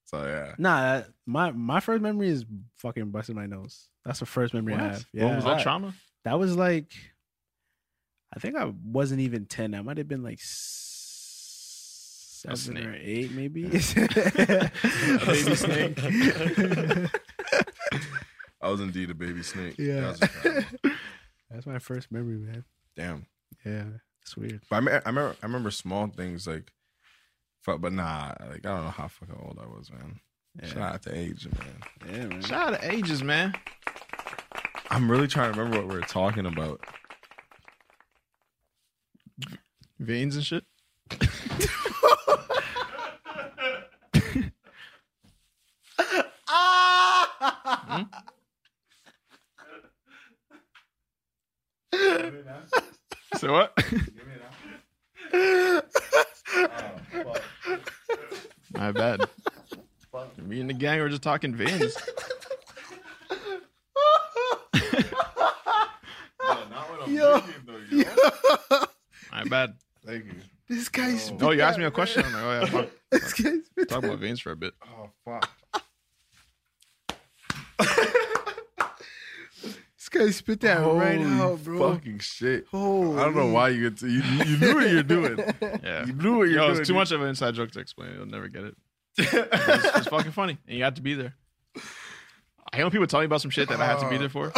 So yeah.
Nah, that- my my first memory is fucking busting my nose. That's the first memory I
What?
have.
What
Yeah.
was that trauma?
That was like, I think I wasn't even ten. I might have been like s-
A
seven or
snake.
eight, maybe. <laughs>
A baby snake.
I was indeed a baby snake. That
yeah.
was just kinda-
<laughs> That's my first memory, man.
Damn.
Yeah, it's weird.
But I, me- I remember, I remember small things like, fuck, but nah, like I don't know how fucking old I was, man. Shout out to age, man.
Yeah, man.
Shout out to ages, man.
I'm really trying to remember what we we're talking about.
Veins and shit. Hmm? So what? My bad. Me and the gang were just talking veins. <laughs> My bad.
Thank you.
This guy's.
Oh, you asked me a question. I'm like, oh yeah, fuck.
This guy's.
talk about veins for a bit.
Oh fuck. <laughs>
This guy spit that right
Holy
out, bro.
Fucking shit.
Oh,
I don't know why you get to, you, you knew what you're doing. <laughs>
Yeah.
You knew what you're
Yo,
doing.
it's too much of an inside joke to explain. You'll never <laughs> get it. It's, it's fucking funny, and you have to be there. I hate when people tell me about some shit that I have to be there <laughs> for.
<laughs>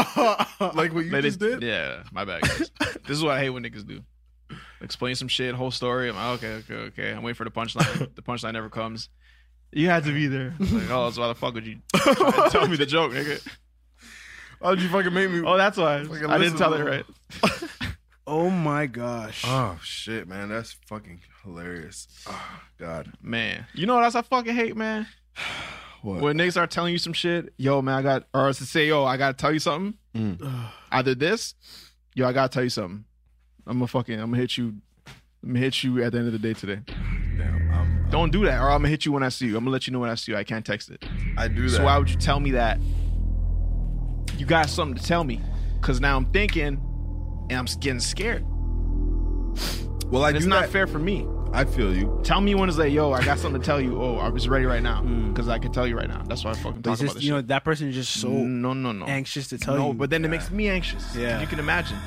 like what you
Like,
just
they-
did.
Yeah, my bad. <laughs> guys. this is what I hate when niggas do. Explain some shit, whole story. I'm like, okay, okay, okay. I'm waiting for the <laughs> punchline. the punchline never comes. You had to be there. It's Like, oh, that's why the fuck <laughs> would you tell me the joke, nigga?
How'd you fucking make me?
Oh, that's why I
listen
didn't tell
to
it
them.
right.
Oh my gosh.
Oh shit, man, that's fucking hilarious. Oh god.
Man, you know what else I fucking hate, man?
What?
When niggas start telling you some shit, yo, man, I got, or else to say, yo, I gotta tell you something.
Mm.
Either this, yo, I gotta tell you something. I'm gonna fucking, I'm gonna hit you, I'm gonna hit you at the end of the day today.
Damn, I'm,
Don't do that, or I'm gonna hit you when I see you. I'm gonna let you know when I see you. I can't text it.
I do that.
So why would you tell me that? You got something to tell me, cause now I'm thinking, and I'm getting scared.
well, I
And
do
it's not
that.
fair for me.
I feel you.
Tell me when it's like, yo, I got something to tell you. Oh, I was ready right now, cause I can tell you right now. That's why I fucking
Mm. But
talk
it's
about
just
this
you
shit.
know that person is just so
no, no, no.
anxious to tell
no,
you.
but then it makes me anxious.
Yeah.
You can imagine.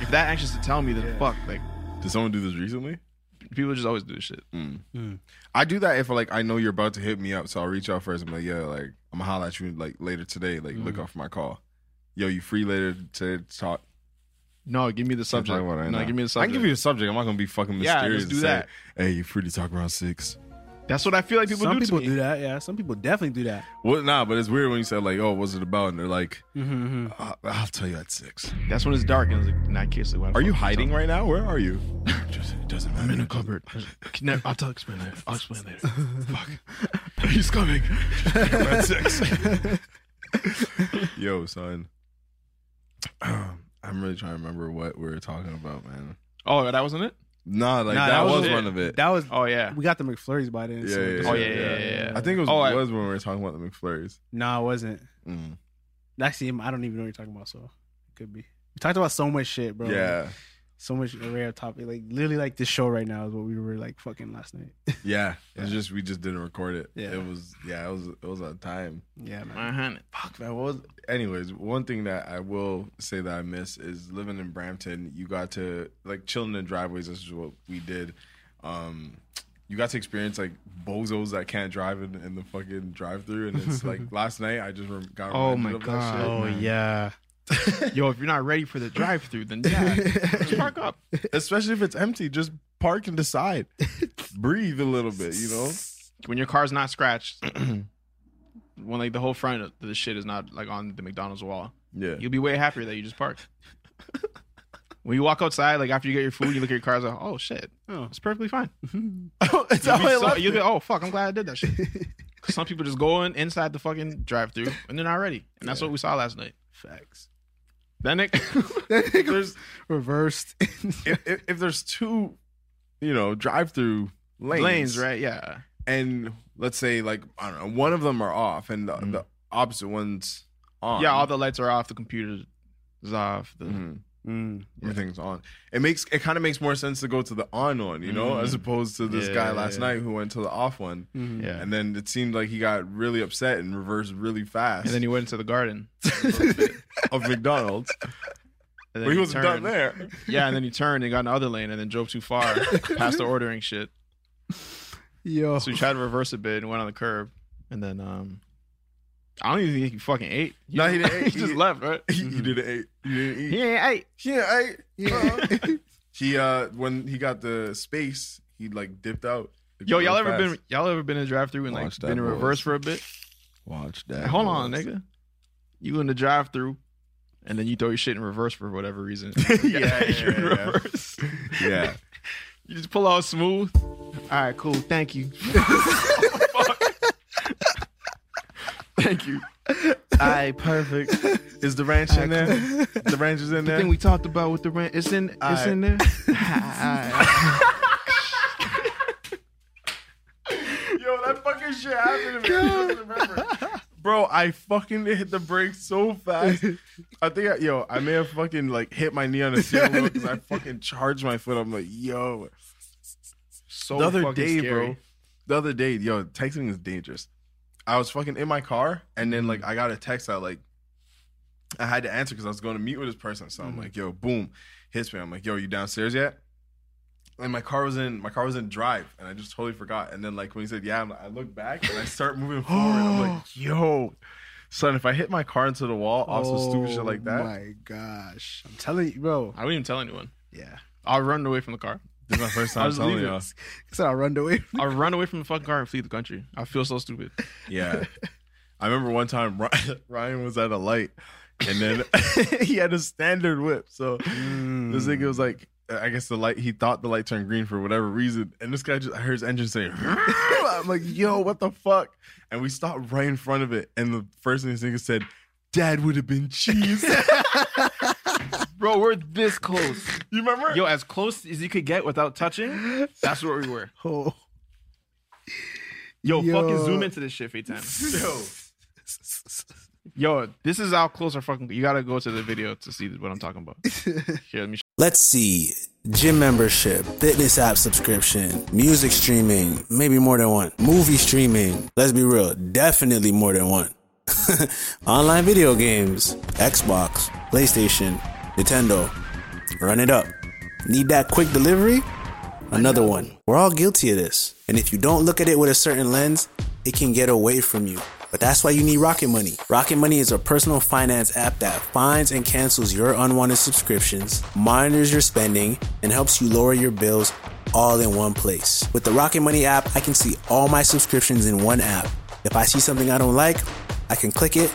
If that anxious to tell me, then fuck. Like,
Did someone do this recently?
people just always do this shit.
I do that if like I know you're about to hit me up, so I'll reach out first. I'm like, yeah, like I'm gonna holler at you like later today. Like, look off my call. Yo, you free later to talk?
No, give me the
Can't
subject.
talk about it right
no,
now.
give me the
I
subject.
can give you the subject. I'm not gonna be fucking
Yeah,
mysterious.
just do
and say,
that.
Hey, you free to talk around six?
That's what I feel like people
some
do
people
to me.
do that. Yeah, some people definitely do that.
Well, nah, but it's weird when you said like, oh, what's it about? And they're like,
Mm-hmm,
"I- I'll tell you at six.
That's when it's dark and it's like, in that case, like, why the
Are
fuck
you
tell
hiding
me?
right now? Where are you? <laughs> Just, it doesn't matter. I'm in a <laughs> cupboard.
No, I'll tell explain later. I'll explain <laughs> later.
He's coming. Red <laughs> six. Yo, son. I <clears throat> I'm really trying to remember what we were talking about, man.
Oh, that wasn't it.
Nah, like
Nah, that
that, was,
was
it.
one of it.
That was
Oh yeah.
we got the McFlurries by then.
yeah,
so
yeah,
just-
Oh, yeah, yeah, yeah, yeah.
I think it was,
Oh, I-
was when we were talking about the McFlurries.
No, it wasn't.
Mm.
Actually, I don't even know what you're talking about. So it could be. We talked about so much shit, bro. Like,
Yeah,
so much array of topic. Like literally, like this show right now is what we were like fucking last night.
yeah. It's just we just didn't record it.
Yeah.
It was yeah, it was it was on time.
Yeah, man.
Uh-huh.
Fuck man, what was anyways, one thing that I will say that I miss is living in Brampton, you got to like chilling in driveways, this is what we did. Um you got to experience like bozos that can't drive in, in the fucking drive through and it's
<laughs>
like last night I just rem- got
Oh
reminded
my
of that
God.
shit.
Oh,
Oh yeah.
Yo, if you're not ready for the drive-through, then yeah, just park up.
Especially if it's empty, just park and
<laughs>
decide. Breathe a little bit, you
<laughs>
know?
When your car's not scratched, <clears throat> when like the whole front of the shit is not like on the McDonald's wall,
Yeah.
you'll be way happier that you just parked. <laughs> when you walk outside, like after you get your food, you look at your car, it's like, oh shit, oh, it's
<laughs>
perfectly fine.
it's
You'll
how I
be so,
left
you'll
it.
be, oh fuck, I'm glad I did
<laughs>
that shit. 'Cause Some people just go in inside the fucking drive-through and they're not ready, and that's what we saw last night.
Facts.
<laughs>
Then it,
There's-
Reversed. <laughs>
if, if, if there's two, you know, drive through lanes,
lanes, right? Yeah.
And let's say like I don't know, one of them are off, and the, the opposite one's on.
Mm-hmm. Yeah, all the lights are off, the computer is off. The,
Mhm.
Mm.
everything's on. It makes it kind of makes more sense to go to the on one, you know,
Mhm.
as opposed to this
Yeah,
guy
yeah,
last
yeah.
night who went to the off one,
Mhm.
Yeah.
and then it seemed like he got really upset and reversed really fast
And then he went into the garden.
<laughs> of
<laughs>
McDonald's,
And then
but he wasn't done
turned.
there.
Yeah, and then he turned and got in the other lane and then drove too far
<laughs>
past the ordering shit.
Yo.
<laughs>
<laughs>
So he tried to reverse a bit and went on the curb. And then um I don't even think he fucking ate.
No, he didn't
<laughs> he
eat.
just
He-
left, right? Mm-hmm.
He, he didn't eat. He didn't eat.
He ain't ate.
Yeah, I
<laughs>
yeah. he Uh-huh. uh when he got the space, he like dipped out.
Yo, y'all ever <laughs> been y'all ever been in a drive through and like
Watch that
been in
boy.
reverse for a bit?
Watch
Like, hold on, nigga. You in the drive through and then you throw your shit in reverse for
<laughs>
whatever reason.
yeah,
You're in
yeah, yeah.
reverse.
<laughs> Yeah.
You just pull out smooth. All right, cool. Thank <laughs> you. Thank you. All right, perfect.
<laughs> Is the ranch in there? the ranch is in
The
there.
thing we talked about with the rent, it's in, it's
Alright.
<laughs>
in <laughs> there. Alright.
<laughs> Yo, that fucking shit happened to me. I just remember.
<laughs>
Bro, I fucking hit the brakes so fast. I think, I, yo, I may have fucking like hit my knee on the steering wheel because I fucking charged my foot. I'm like, yo,
So
the other
fucking
day,
scary.
bro. The other day, yo, texting is dangerous. I was fucking in my car, and then like I got a text that like I had to answer because I was going to meet with this person. So
Mm-hmm.
I'm like, yo, boom, hits me. I'm like, yo, you downstairs yet? And my car was in my car was in drive, and I just totally forgot. And then like when he said, yeah, I'm like, I look back and I start
<gasps>
moving forward. I'm like, yo, son, if I hit my car into the wall, also stupid shit like that.
Oh my gosh. I'm telling you, bro.
I wouldn't even tell anyone.
Yeah.
I'll run away from the car.
This is my first
<laughs> I'll
time
just
telling
leave it.
you.
So I run
<laughs>
away. from-
I'll run away from the fucking car and flee the country. I feel so stupid.
Yeah. I remember one time Ry- <laughs> Ryan was at a light and then <laughs> he had a standard whip. So this nigga was like, uh, I guess the light, he thought the light turned green for whatever reason. And this guy just, I heard his engine say, <laughs> I'm like, yo, what the fuck? And we stopped right in front of it. And the first thing this nigga said, Dad would have been cheese. <laughs>
Bro, we're this close.
you remember?
Yo, as close as you could get without touching, that's where we were.
Oh.
Yo,
Yo.
fucking zoom into this shit, Fatan.
Yo.
Yo, this is how close our fucking. You gotta go to the video to see what I'm talking about. Here, let me.
Let's see. Gym membership, fitness app subscription, music streaming, maybe more than one. Movie streaming, let's be real, definitely more than one. <laughs> Online video games, Xbox, PlayStation, Nintendo. Run it up. Need that quick delivery? Another one. We're all guilty of this. And if you don't look at it with a certain lens, it can get away from you. But that's why you need Rocket Money. Rocket Money is a personal finance app that finds and cancels your unwanted subscriptions, monitors your spending, and helps you lower your bills all in one place. With the Rocket Money app, I can see all my subscriptions in one app. If I see something I don't like, I can click it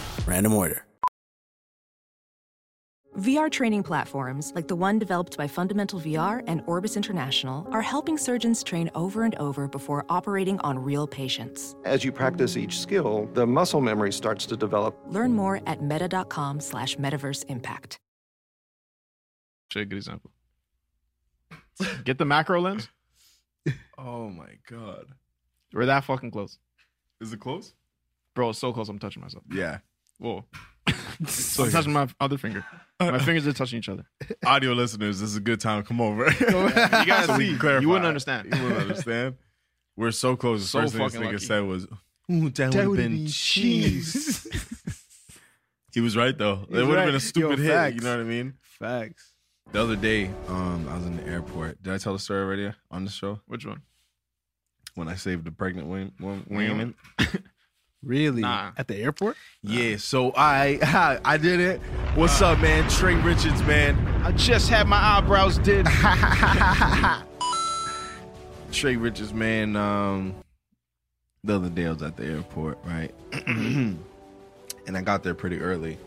random order.
VR training platforms, like the one developed by Fundamental VR and Orbis International, are helping surgeons train over and over before operating on real patients.
As you practice each skill, the muscle memory starts to develop.
Learn more at meta.com slash metaverse impact.
Shit, good example. Get the macro lens.
Oh my god.
We're that fucking close.
Is it close?
Bro, it's so close. I'm touching myself.
Yeah.
<laughs> Whoa. so I'm touching my other finger. My fingers are touching each other.
Audio listeners, this is a good time. to Come over. you
You guys
So we
see.
can clarify.
You wouldn't understand.
You wouldn't understand. We're so close. The
So
first thing this
fucking
nigga
lucky.
said was, Ooh, that, would have been cheese. <laughs> he was right though.
was
It would have been
right.
a stupid
Yo,
hit. You
facts.
know what I mean?
<laughs> Facts.
The other day, um, I was in the airport. Did I tell the story already on the show
Which one?
when I saved the pregnant wom- wom- woman?
Really?
Nah.
At the airport?
Yeah, so I <laughs> I did it. What's up, man? Trey Richards, man.
I just had my eyebrows did.
<laughs> Trey Richards, man. Um, the other day I was at the airport, right? <clears throat> and I got there pretty early.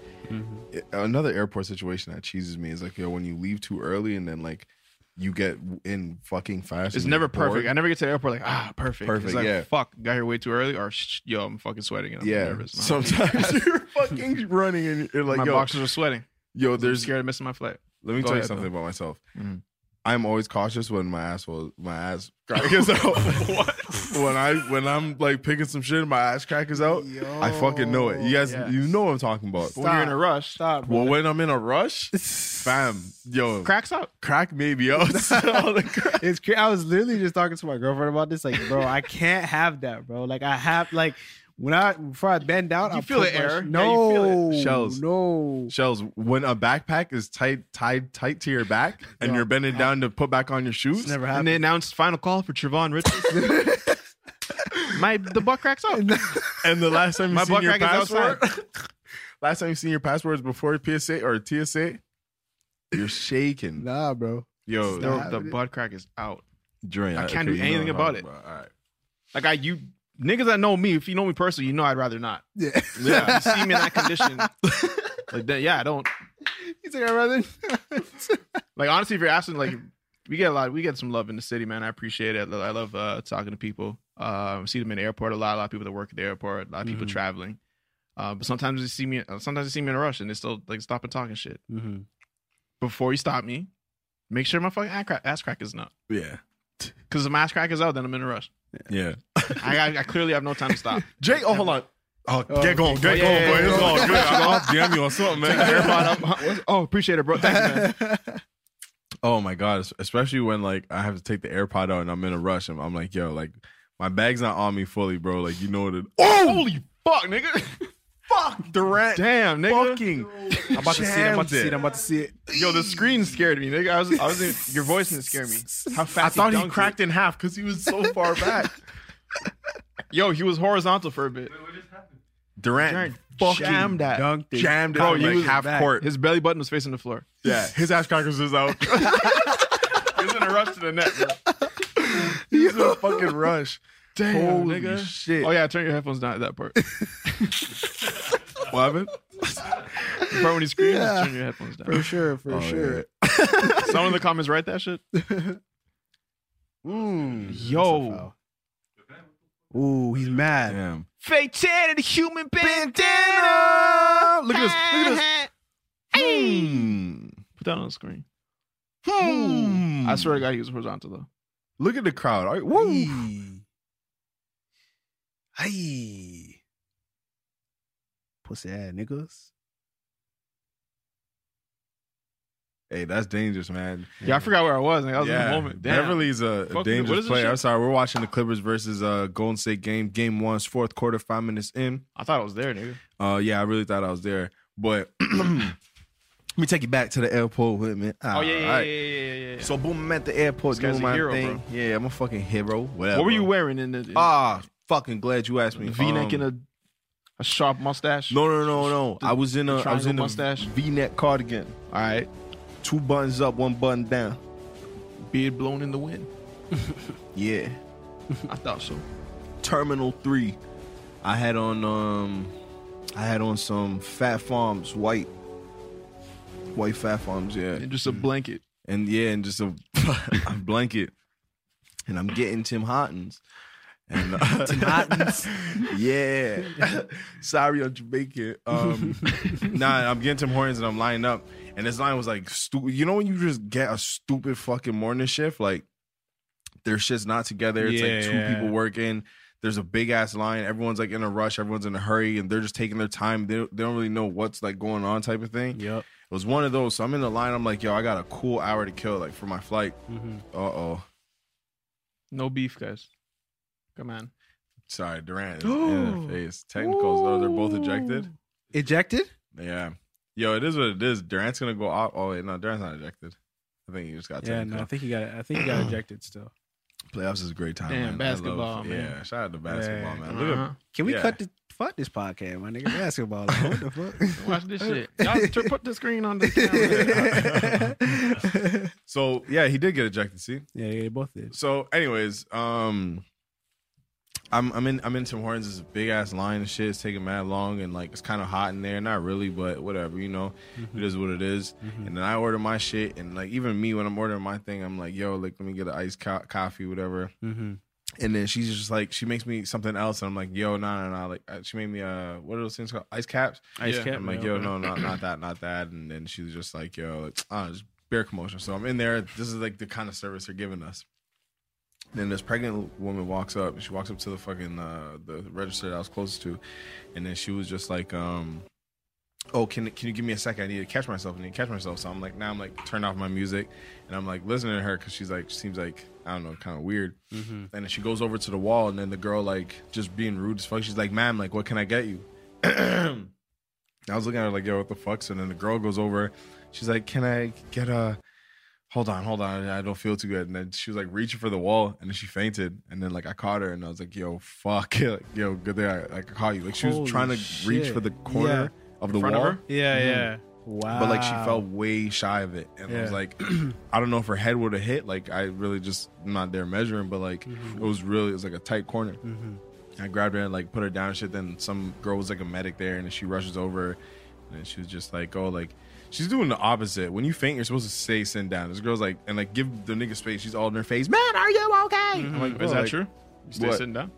It- Another airport situation that cheeses me is like, yo, when you leave too early and then like you get in fucking fast.
It's
and
never
you're bored.
perfect. I never get to the airport like ah perfect.
Perfect,
It's like,
yeah.
Fuck, got here way too early. Or Shh, yo, I'm fucking sweating. And I'm
yeah,
Nervous. No.
sometimes <laughs> you're fucking running and you're like,
my
yo,
boxers are sweating.
yo,
They're
there's
scared of missing my flight.
Let me
Go
tell
ahead,
you something about myself.
Mhm.
I'm always cautious when my ass will my <laughs> ass crack is out. what? When I when I'm like picking some shit and my ass crack is out, I fucking know it. You guys,
Yes.
you know what I'm talking about.
But when you're in a rush,
Stop.
Well, when I'm in a <laughs> rush, fam, yo, crack,
cracks out.
crack maybe <laughs> out. All the crack.
It's cra- I was literally just talking to my girlfriend about this. Like, bro, I can't have that, bro. Like, I have like when I before I bend out,
You
I
feel
put
the
my-
air.
No,
Yeah, you feel
Shells.
No,
Shells, when a backpack is tight, tied tight to your back, and
Yo,
you're bending down to put back on your shoes,
it's never
And they
happened.
announced final call for Trevon Richards.
<laughs>
my the butt cracks out.
and the last time you
My
seen
butt
your
crack is
passport,
<laughs>
last time you seen your passport is before PSA or TSA. You're shaking.
Nah, bro.
Yo,
the, the butt crack is out.
Dre,
I can't do
you know
anything
what I'm
about
talking All right.
Like I you niggas that know me, if you know me personally, you know I'd rather not.
Yeah,
Yeah. you see me in
<laughs>
that condition. Like that, yeah, I don't
he's like, I rather.
like honestly if you're asking like we get a lot we get some love in the city, man. I appreciate it. I love uh talking to people. Um see them in the airport a lot, a lot of people that work at the airport, a lot of people traveling. Uh, but sometimes they see me uh, sometimes they see me in a rush and they still like stop and talking shit.
Mm-hmm.
<laughs>
Before you stop me, make sure my fucking ass crack, ass crack is not.
Yeah.
Because if my ass crack is out, then I'm in a rush.
Yeah.
I, I, I clearly have no time to stop.
Jake, oh, hold on. Oh, get going,
Oh,
get
yeah, yeah,
going, boy.
yeah,
It's
yeah.
all good.
<laughs>
I'll DM you on something,
AirPod
man.
up. <laughs> Huh, what's- Oh, appreciate it, bro. Thank
<laughs>
you, man. <laughs>
Oh my god, es- especially when like I have to take the AirPod out and I'm in a rush. I'm, I'm like, yo, like my bag's not on me fully, bro. Like you know what? It,
Oh, holy fuck, nigga. <laughs>
fuck, Durant.
Damn, nigga.
Fucking.
I'm about to see it. I'm about to see it.
Jammed
I'm about to see it.
Yo, the screen scared me, nigga. I was, I was, in, your voice didn't scare me. How
I
fast?
thought
he,
he
dunked
cracked in half because he was so far back.
it. Yo, he was horizontal for a bit.
Durant,
Durant
fucking
jammed that.
dunked it. Jammed it.
Bro,
from,
he
like,
was
half
back.
court.
His belly button was facing the floor.
yeah, his ass crackers is out.
<laughs> He was in a rush to the net. Bro.
He's in a fucking rush.
<laughs> Damn,
Holy
nigga.
shit.
Oh yeah, turn your headphones down at that <laughs> part.
What happened?
The part when he screams, turn your headphones down.
For sure,
Oh,
for sure.
Someone in the comments write that <laughs> shit. Yo,
Ooh, he's mad.
Damn.
fatality, human
Bandana! Look at this. Look at this. Hmm.
Put that on the screen.
Hmm.
I swear to God, he was horizontal though.
Look at the crowd. All right. Woo.
Hey. Pussy ass niggas.
Hey, that's dangerous, man.
Yeah, I forgot where I was. Like, I was in the moment. Damn.
Beverly's a, a
Fuck, what
dangerous
is this
player.
shit?
I'm sorry. We're watching the Clippers versus uh, Golden State game. Game one's fourth quarter, five minutes in.
I thought I was there, nigga.
Uh, yeah, I really thought I was there, but <clears throat> let me take you back to the airport with me.
Oh yeah, yeah,
Alright.
yeah, yeah, yeah, yeah.
So boom, I'm at the airport
This guy's
doing
a
my
hero,
thing. Yeah, I'm a fucking hero. Whatever.
what were you wearing in the in
Ah, fucking glad you asked me.
the
Um,
V-neck and a a sharp mustache?
No, no, no, no. I was in a I was
triangle
in a
mustache?
V-neck cardigan.
All right.
Two buttons up, one button down.
Beard blown in the wind.
Yeah.
I thought so.
Terminal three. I had on um I had on some fat farms, white. White fat farms, yeah.
And
Hmm.
just a blanket.
and yeah, and just
<laughs>
a, a blanket. And I'm getting Tim Hortons. And uh, <laughs> Tim
<laughs>
Hortons, yeah. Sorry, I'm Jamaican. <laughs> Um,
nah, I'm getting Tim Hortons and I'm lining up. And this line was like stupid. You know when you just get a stupid fucking morning shift, like their shit's not together. It's like
Yeah.
two people working. There's a big ass line. Everyone's like in a rush. Everyone's in a hurry, and they're just taking their time. They don't, they don't really know what's like going on, type of thing.
Yep.
It was one of those. So I'm in the line. I'm like, yo, I got a cool hour to kill, like for my flight. Uh oh,
No beef, guys. Come on.
sorry, Durant is in the face. Technicals. Oh, they're both ejected.
Ejected?
Yeah. Yo, it is what it is. Durant's gonna go off. Oh wait, no, Durant's not ejected. I think he just got
Yeah,
yeah,
no, I think he got. I think
<clears throat>
he got ejected still.
Playoffs is a great time.
Damn,
man. I
basketball, man. Uh-huh.
Yeah, shout out to basketball,
Yeah.
man. Look at-
Can we
Yeah.
cut the fuck this podcast, my nigga? Basketball. like, what the
<laughs>
fuck?
Watch
<laughs>
this shit. Y'all tur- put the screen on the camera.
so yeah, he did get ejected. See.
Yeah, yeah, they both did.
So, anyways, um, I'm I'm in I'm in Tim Hortons. This big ass line and shit. It's taking mad long and like it's kind of hot in there. Not really, but whatever. You know, It is what it is.
Mm-hmm.
Mm-hmm. And then I order my shit. And like even me when I'm ordering my thing, I'm like, yo, like let me get an iced co- coffee, whatever.
Mm-hmm.
And then she's just like, she makes me something else, and I'm like, yo, no, no, no. Like uh, she made me uh, what are those things called? Ice caps.
Ice
Yeah,
cap.
I'm like,
<clears throat>
yo, no, not not that, not that. And then she was just like, yo, like, ah, just beer commotion. So I'm in there. This is like the kind of service they're giving us. Then this pregnant woman walks up. She walks up to the fucking uh, the register that I was closest to, and then she was just like, um, "Oh, can can you give me a second? I need to catch myself. I need to catch myself." So I'm like, now I'm like, turn off my music, and I'm like listening to her because she's like, seems like I don't know, kind of weird. And then she goes over to the wall, and then the girl like just being rude as fuck. She's like, "Ma'am, like, what can I get you?" <clears throat> I was looking at her like, yo, what the fuck? So then the girl goes over. She's like, can I get a. Hold on, hold on. I don't feel too good. And then she was like reaching for the wall and then she fainted. And then like I caught her and I was like, yo, fuck. <laughs> Like, yo, good thing I, like, I caught you. Like she was
Holy
trying to reach
shit.
for the corner of the
front of
wall.
her?
Yeah, yeah. Mm-hmm. Wow.
But like she felt way shy of it. And I was
Yeah.
like, <clears throat> I don't know if her head would have hit. Like I really just I'm not there measuring, but like
Mm-hmm.
it was really, it was like a tight corner. I grabbed her and like put her down and shit. Then some girl was like a medic there and she rushes over and she was just like, oh, like she's doing the opposite. When you faint, you're supposed to say send down. This girl's like, and like give the nigga space. She's all in her face, man, are you okay?
Mm-hmm.
I'm like,
Is
"Bro,
that
like,
true? You stay
what?
sitting down?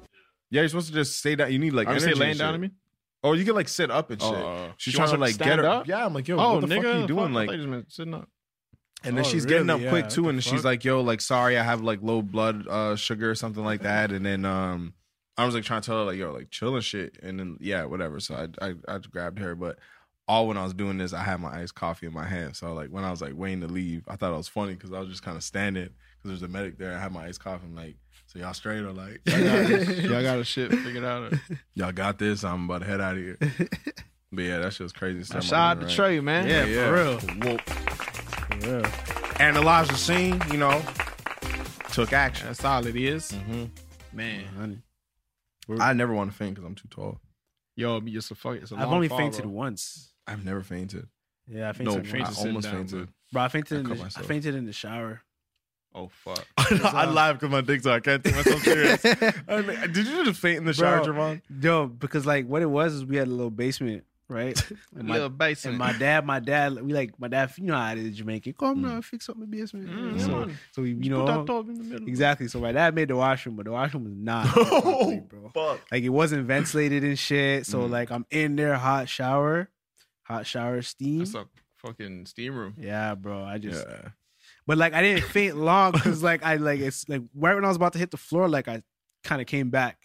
Yeah, you're supposed to just stay down. You need like
I say
energy
laying
and
down
shit.
to me?
Oh, you can like sit up and shit.
Oh.
she's
She
trying
wants
to
her to
like get
stand
her.
up?
Yeah, I'm like, yo,
oh,
what the
nigga.
fuck are you doing?
fuck, I
Like,
thought you just meant sitting up.
and then
Oh,
she's getting up
really? Yeah,
quick
what
too,
the
and she's
fuck?
like, "Yo, like, sorry, I have like low blood uh, sugar or something like that." And then um, I was like trying to tell her like, "Yo, like, chill and shit." And then yeah, whatever. So I I, I grabbed her, but all when I was doing this, I had my iced coffee in my hand. So like when I was like waiting to leave, I thought it was funny because I was just kind of standing because there's a medic there. I had my iced coffee. I'm like, "So y'all straight or like y'all
<laughs>
got, this?
<laughs> Y'all got a shit figured out.
Y'all got this? I'm about to head out of
<laughs>
here." But yeah, that shit was crazy. stuff,
Shout out to
right?
Trey, man.
Yeah, yeah, for real. Well, analyze the scene, you know, took action.
That's all it is. Man.
I never want to faint because I'm too tall.
Yo, it's a fuck. It's a
I've
long
only
fall,
fainted
bro.
once.
I've never fainted.
Yeah, I
no,
fainted.
fainted
once.
I
sitting
almost
down,
fainted.
Bro, I fainted.
I
in
cut
the, I
myself.
fainted in
<laughs>
the shower.
Oh fuck.
<laughs> I laugh because my dick's so I can't take myself
<laughs>
serious. I mean, did you just faint in the shower,
Bro.
Javon?
Yo, because like what it was is we had a little basement,
<laughs>
right? And my,
Little basin.
and my dad, my dad, we like my dad. You know how it is, Jamaican. Come
Mm.
now, fix up my basement.
Mm,
so,
come on.
so we, you
Put that
know,
dog in the middle.
exactly. So my dad made the washroom, but the washroom was
<laughs>
not.
Oh,
bro.
fuck.
Like it wasn't ventilated and shit.
Mm.
So like I'm in there, hot shower, hot shower steam.
That's a fucking steam room.
yeah, bro. I just
Yeah.
But like I didn't faint long because like I like it's like right when I was about to hit the floor, like I kind of came back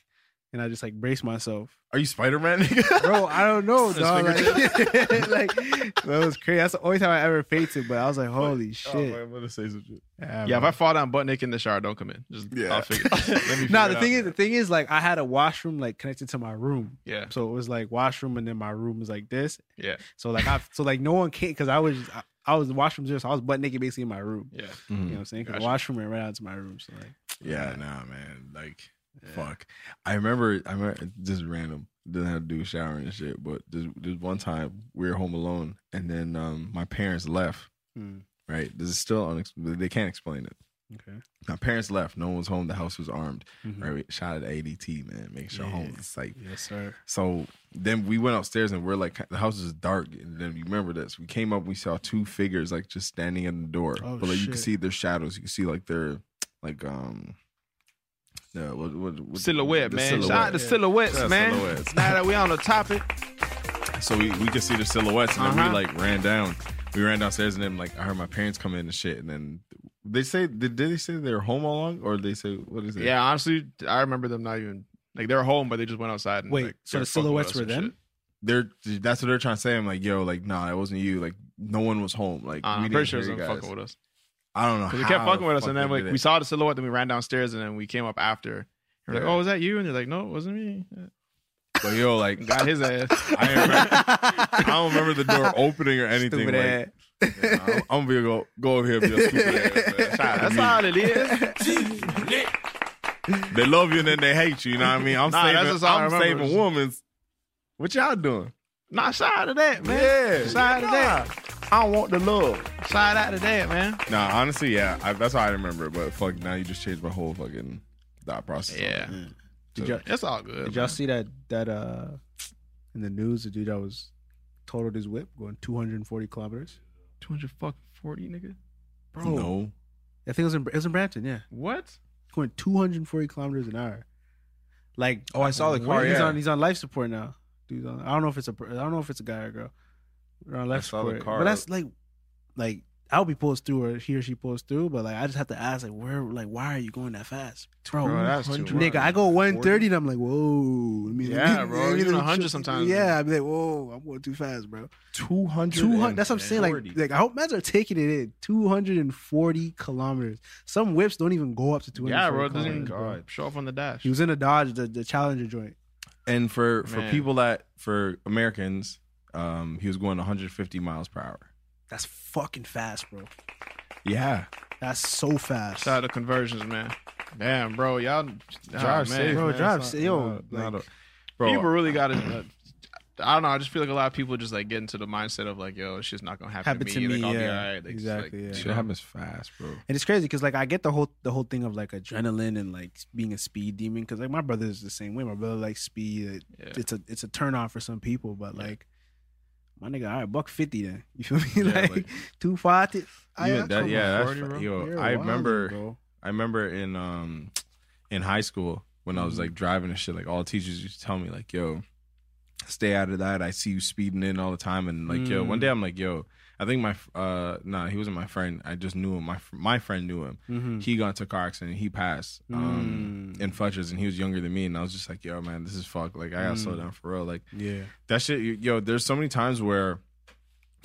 and I just like braced myself.
Are you Oh, Spider <laughs> Man?
Bro, I don't
<laughs>
know,
His
dog. Like, <laughs> like, that was crazy. That's the only time I ever fainted, but I was like, holy shit.
I'm gonna say some shit.
Oh, Yeah, if I fall down butt naked in the shower, don't come in. Just
Yeah. <laughs>
I'll figure. Let me figure
Nah,
it
the
out.
thing is the thing is like I had a washroom like connected to my room.
yeah,
So it was like washroom and then my room was like this.
yeah,
So like I so like no one came because I was I, I was washroom zero, so I was butt naked basically in my room.
yeah.
You know what I'm saying? 'Cause
Gotcha.
The washroom ran right out to my room. So like
Yeah, nah, man. Like, fuck. I remember. I remember just random. Didn't have to do with showering and shit. But this, this one time we were home alone, and then um, my parents left.
Hmm.
right? This is still unex- they can't explain it.
Okay.
My parents left. No one was home. The house was armed.
Mhm.
Right? Shout out to ADT, man. Make sure
Yeah.
home is safe.
Yes, sir.
So then we went upstairs and we're like, the house is dark. And then you remember this. We came up, we saw two figures like just standing in the door.
Oh,
but like you can
shit.
see their shadows. You can see like their, like, um, yeah, what, what, what,
Silhouette,
the
man. Shout out to
silhouette.
silhouettes,
Yeah,
man.
silhouettes.
Now that we on the topic,
So we, we could see the silhouettes, and then
Uh-huh.
we like ran down. We ran downstairs, and then like I heard my parents come in and shit. And then they say, did, did they say they're home all along, or they say what is it?
yeah. Honestly, I remember them not even like they're home, but they just went outside. And,
Wait,
like,
so
they
the
fucking with
silhouettes
us
were
and
them?
shit.
they're that's what they're trying to say. I'm like, yo, like nah, it wasn't you. Like no one was home. Like
Uh, I'm
didn't
pretty sure
hear
it was
you
them
guys.
fucking with us.
I don't know.
Because they kept
how
fucking with us,
the
and
fuck
then
they
like
did
we
it.
saw the silhouette, then we ran downstairs, and then we came up after. We're like,
Yeah.
"Oh, was that you?" And they're like, "No, it wasn't
<laughs>
me."
But yo, like
Got his ass.
I, ain't remember, I don't remember the
<laughs>
door opening or anything.
Stupid
Like, yeah, I'm, I'm gonna go go over here. And be a stupid ass, man. Shout out
<laughs> That's
to
all it is.
<laughs> me. They love you and then they hate you. You know what I mean? I'm
Nah, that's
saving.
just all I
I'm
remember.
saving women's. What y'all doing?
Nah, shout out to that, man.
Yeah.
Shout out to that.
I want the love.
Shout out to that, man.
Nah, honestly, yeah, I, that's how I remember. it, But fuck, now you just changed my whole fucking thought process.
Yeah.
Did y'all,
It's all good.
Mm. did y'all
man.
see that that uh in the news the dude that was totaled his whip going 240 kilometers?
240, nigga?
Bro,
No.
I think it was in it was in Brampton. Yeah,
What?
going 240 kilometers an hour. Like
Oh, I saw the car.
he's
yeah.
on he's on life support now. Dude's on. I don't know if it's a I don't know if it's a guy or a girl. They're on life
I saw the
support.
car.
But that's like like I'll be pulls through or he or she pulls through, but like I just have to ask like where like why are you going that fast? Bro,
Bro, that's too
nigga, I go 130 and I'm like, whoa. I mean,
Yeah, bro, you doing 100 sometimes,
Yeah, I'm like, whoa, I'm going too fast, bro.
200.
200. That's what I'm saying. Like, like I hope meds are taking it in 240 kilometers. Some whips don't even go up to 200.
Yeah, bro. It doesn't even
kilometers, bro.
show off on the dash.
He was in a Dodge, the, the Challenger joint.
And for for
Man.
people that for Americans, um, he was going 150 miles per hour.
That's fucking fast, bro.
Yeah,
That's so
<laughs>
fast.
Shout out to conversions, man. Damn, bro. Y'all.
drive
Ah,
safe,
bro,
man.
drive
It's
safe. Yo,
not
like-
a- bro.
People really got to. I don't know. I just feel like a lot of people just like get into the mindset of like, yo, it's just not gonna happen,
Happen
to
to
me.
me,
like, I'll
yeah.
be all right. Like, just,
Exactly,
like,
yeah.
you
shit
know.
happens fast, bro.
And it's crazy because like I get the whole the whole thing of like adrenaline and like being a speed demon because like my brother is the same way. My brother likes speed. It-
Yeah.
It's a it's a turn on for some people, but like my nigga, all right, buck fifty then. <laughs> You feel me?
Yeah,
like,
like-
two forty. I-
Even
I
that-
come
yeah,
on,
that's
40,
fa-
bro.
yo,
You're
I
wildin',
remember-
bro.
I remember in um in high school when I was
Mm-hmm.
like driving and shit, like all the teachers used to tell me like, "Yo, stay out of that." I see you speeding in all the time, and like, yo, one day I'm like, "Yo." I think my f- uh nah he wasn't my friend I just knew him my fr- my friend knew him
Mm.
he got into a car accident he passed um in Fletcher's and he was younger than me and I was just like yo man this is fuck like I got to
Mm.
slow down for real like
Yeah.
that shit, you- yo, there's so many times where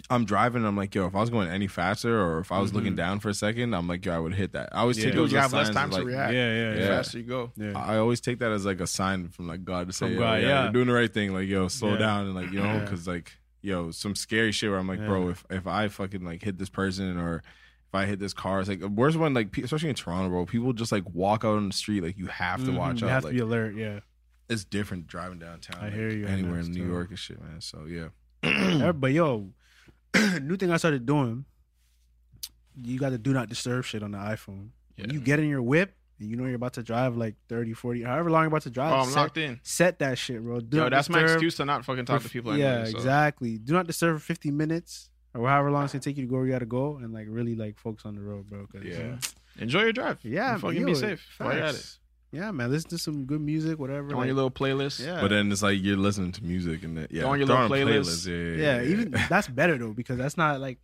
I'm driving and I'm like, yo, if I was going any faster or if I was looking down for a second, I'm like, yo, I would hit that. I always take
Mm-hmm. You
those as
have less
signs
time
of,
to
like-
react.
yeah,
The faster you go.
I always take that as like a sign from like God to say,
From
yo,
God,
yeah,
yeah.
you're doing the right thing. Like, yo, slow
Yeah.
down and like, you know,
Yeah.
because like, yo, some scary shit where I'm like, bro, if if I fucking like hit this person or if I hit this car, it's like, where's one like, pe- especially in Toronto, bro, people just like walk out on the street, like you have to watch
Mm-hmm. You
out.
have
like,
to be
<clears throat>
alert. Yeah.
it's different driving downtown.
I
like,
hear you on
Anywhere
that
in New
too.
York and shit, man. So yeah. <clears throat>
Yeah, but yo, <clears throat> new thing I started doing, you got to do not disturb shit on the iPhone. When
Yeah.
you get in your whip and you know you're about to drive like 30, 40, however long you're about to
Oh,
drive.
I'm
set,
locked in.
set that shit, bro. Do
Yo,
not
that's my
disturb
excuse to not fucking talk to
for-
people.
Yeah,
anyway, so.
exactly. Do not disturb for 50 minutes or however long it's gonna take you to go where you gotta go, and like really like focus on the road, bro. 'cause-
Yeah.
Enjoy your drive.
yeah,
And fucking
yo,
be safe. While you're at it.
facts. Yeah, man. Listen to some good music, whatever.
Go on
like-
your little playlist.
yeah,
But then it's like you're listening to music and that, yeah,
Throw on your
throw
little
on a
playlist.
playlist,
yeah,
<laughs>
even that's better though because that's not like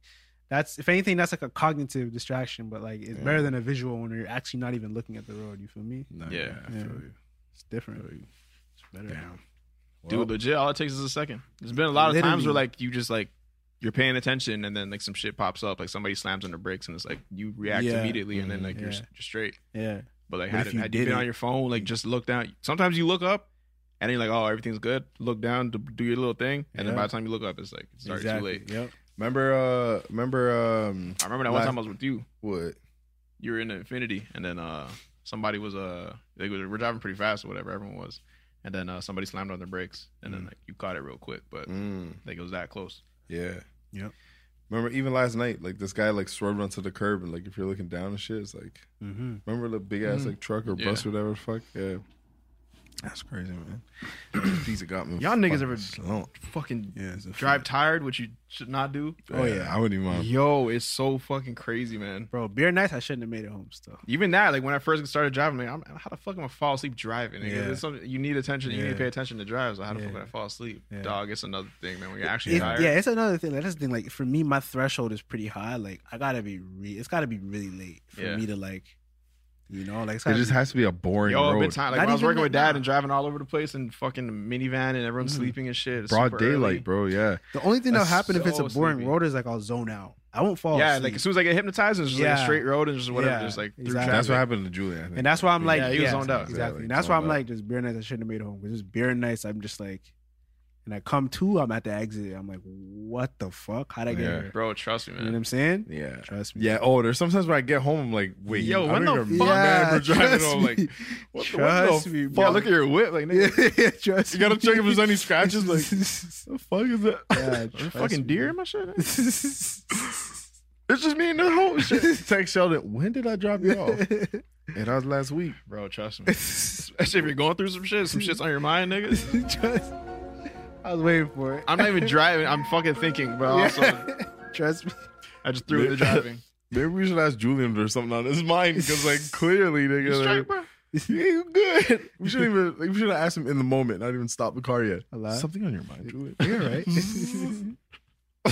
that's if anything that's like a cognitive distraction, but like it's better than a visual when you're actually not even looking at the road. You feel me?
No,
Yeah.
I feel
Yeah.
you.
It's different. It's better.
Damn.
Dude, legit, all it takes is a second. There's been a lot of times where
Literally.
like you just like you're paying attention and then like some shit pops up, like somebody slams on the brakes and it's like you react
Yeah. Mm-hmm.
immediately and then like you're,
Yeah.
you're straight.
Yeah.
But like
But
had,
if
it,
you
had you been
didn't,
on your phone, like just look down. Sometimes you look up and then you're like, oh, everything's good. Look down to do your little thing, and then
Yeah.
by the time you look up, it's like it's already too late.
Yep.
Remember, uh, remember, um,
I remember that one
Last-
time I was with you.
what?
You were in Infinity, and then uh somebody was uh they were, were driving pretty fast or whatever everyone was, and then uh somebody slammed
Mm.
on their brakes, and then like you caught it real quick, but
Mm,
like it was that close.
yeah.
Yep.
Remember, even last night, like this guy like swerved onto the curb, and like if you're looking down and shit, it's like
Mm-hmm.
remember the big ass like truck or bus or whatever the fuck. Yeah, that's crazy, man. <clears throat> This piece of got me.
Y'all niggas
fucking
ever-
slumped.
Fucking
Yeah, it's a
drive tired, which you should not do.
Oh yeah, I wouldn't even mind.
Yo, it's so fucking crazy, man.
Bro, beer nights, I shouldn't have made it home still.
Even that, like when I first started driving, like, I'm, how the fuck am I fall asleep driving? Nigga?
Yeah.
It's something- you need attention. You need
Yeah.
to pay attention to drive. So how the fuck
Yeah.
did I fall asleep?
Yeah.
Dog, it's another thing, man. When you're
It-
actually tired.
yeah, it's another thing. Like, that's the thing. Like for me, my threshold is pretty high. Like I gotta be, re- it's gotta be really late for
Yeah.
me to like, you know, like it's
It
gotta
just
be-
has to be a boring
Yo, I've been
road.
tired. Like
Not
when I was
even
working
that-
with dad
nah. Mm.
and driving all over the place and fucking minivan and everyone's sleeping and shit. It's
Broad
super early.
daylight, bro. Yeah,
the only thing that'll
That's
happen if it's
so
a boring
sleepy.
road is like I'll zone out. I won't fall.
Yeah,
asleep.
like as soon as I get hypnotized, it's just like a
Yeah.
straight road and just whatever,
Yeah,
just like through
exactly.
traffic.
that's what happened to Julian. I think.
And that's why I'm like,
Yeah,
yeah,
he was zoned out.
Exactly.
Yeah, like,
and that's why I'm
zoned out.
like, just beer nights I shouldn't have made it home. Because just beer nights, I'm just like, and I come to, I'm at the exit. I'm like, what the fuck? How'd I get
Yeah.
here?
Bro, trust me,
You know what
man.
I'm saying?
yeah.
Trust me.
Yeah, oh, there's sometimes when I get home, I'm like, wait,
Yo,
I
when
don't
the
even
fuck-
remember
Yeah,
driving
trust
home, like,
me.
what the, what
Trust
the
me,
fuck?
bro.
Look at your whip, like, nigga,
<laughs> yeah, trust
you gotta
me.
check if there's any scratches, <laughs> like, the fuck is that?
<laughs>
<laughs>
Yeah,
There's a
trust
fucking
me.
deer in my shit.
eh?
it's just me and the whole shit. <laughs> Text Sheldon, when did I drop you <laughs> off? And that was last week.
Bro, trust me. <laughs> Especially if you're going through some shit, some shit's on your mind, nigga.
<laughs> Trust- I was waiting for it.
<laughs> I'm not even driving. I'm fucking thinking, but also
<laughs>
Trust me.
I just threw it in the <laughs> driving.
Maybe we should ask Julian or something on his mind because, <laughs> like, clearly, nigga, like, yeah, you good. <laughs> We should even like, we should have asked him in the moment, not even stop the car yet.
lot.
Something on your mind, Julian.
You're <laughs> right.
<laughs>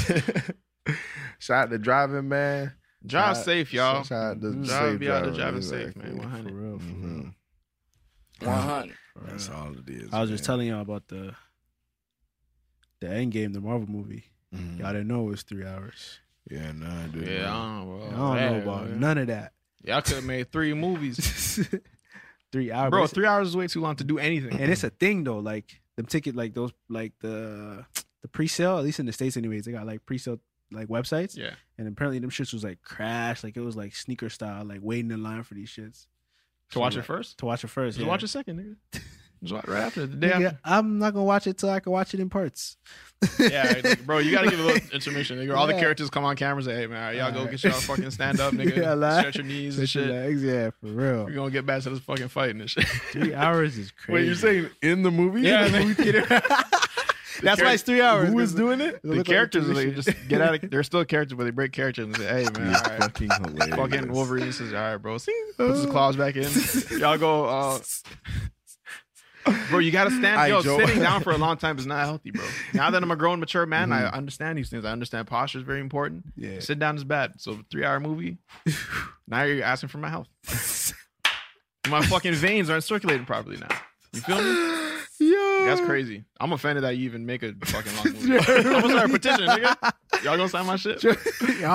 Shout out to driving, man. Mm-hmm.
Drive
Shout-
safe, y'all.
Shout out to
Drive-
safe
be out there
driving,
driving safe,
exactly.
man. 100.
real, for real.
100.
Mm-hmm. That's all it is.
Mm-hmm. I was just
man.
telling y'all about the the end game, the Marvel movie.
Mhm.
Y'all didn't know it was three hours.
Yeah, nah, dude.
Yeah, I don't know, bro.
I don't know about none of that. <laughs>
Y'all could have made three <laughs> movies.
three hours,
Bro, three hours is way too long to do anything.
and it's a thing though. Like them ticket, like those, like the the pre-sale. At least in the states, anyways, they got like pre-sale like websites.
Yeah.
And apparently, them shits was like crash. Like it was like sneaker style, like waiting in line for these shits
To watch it first?
To watch it first.
Just
yeah.
watch it second, nigga. <laughs> Just watch right after the day
Nigga,
after.
I'm not gonna watch it till I can watch it in parts. <laughs>
Yeah, like, bro, you gotta give a little <laughs> intermission. Nigga. All the
Yeah.
characters come on camera and say, hey, man, all right, y'all go
Alright.
get y'all fucking stand <laughs> up, nigga.
Yeah, like-
Stretch your knees and
Such a
shit.
legs, yeah,
<laughs>
for real.
We're gonna get back to this fucking fighting and shit. <laughs>
Three hours is crazy.
Wait, you're saying in the movie?
Yeah,
In the <laughs>
man.
movie theater?
<laughs> That's why it's three hours.
Who is doing it?
the characters, they just get
<laughs>
out of They're still characters, but they break characters and say, hey,
<laughs>
man, all right.
Fucking hilarious.
Fucking Wolverine says, all right, bro. See?
<laughs>
Puts his claws back in. Y'all go, uh, bro, you gotta stand.
Aight,
yo,
Joe.
sitting down for a
<laughs>
long time is not healthy, bro. Now that I'm a grown, mature man, I understand these things. I understand posture is very important.
Mm-hmm. Yeah.
Sit down is bad. So three hour
<laughs>
movie. now you're asking for my health. my fucking veins aren't circulating properly now. You feel me? Yeah.
Mm.
That's
<laughs>
crazy. I'm offended that you even make a fucking
<laughs>
long movie. I'm gonna start a petition, nigga. Y'all gonna sign my shit?
Yeah,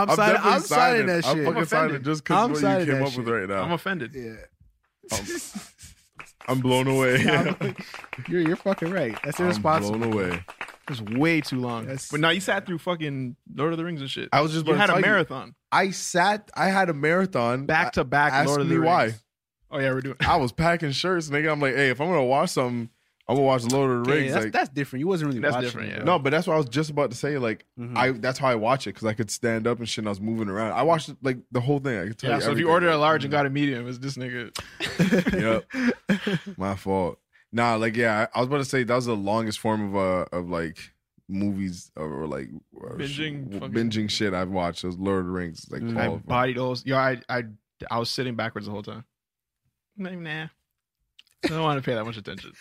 I'm,
I'm,
signing,
definitely
I'm signing that
I'm
shit.
fucking signing
offended.
just
I'm
because what you
signing
came
that
up
shit.
with right now.
I'm
I'm,
offended.
<laughs> yeah.
blown <laughs> away.
You're, you're fucking right. That's
I'm
irresponsible.
blown away.
It's way too long.
That's-
but now you sat through fucking Lord of the Rings and shit.
I was just
you
about to tell
had a
you.
marathon
I sat. I had a marathon
back to back
Ask
Lord of the
me
Rings.
why.
Oh yeah, we're doing.
I was packing shirts, nigga. I'm like, hey, if I'm gonna watch something, I'm gonna watch Lord of the
Yeah,
Rings.
that's,
like,
that's different. You wasn't really
That's
watching
different,
it,
yeah. Mm-hmm.
bro.
no, but that's what I was just about to say. Like,
Mhm.
I that's how I watch it because I could stand up and shit. and I was moving around. I watched like the whole thing. I could <laughs> tell
Yeah,
you.
so if you
everything.
ordered a large and got a medium, it's
<laughs>
this nigga.
yep.
<laughs>
My fault. Nah, like yeah, I I was about to say that was the longest form of uh of like movies or, or, like or sh-
Binging
w-
fucking- Mm-hmm.
binging shit I've watched. Those Lord of the Rings, like
I
all of them.
bodied those. Yo, I, I, I was sitting backwards the whole time. Nah, nah. I don't want to pay that
<laughs>
much attention.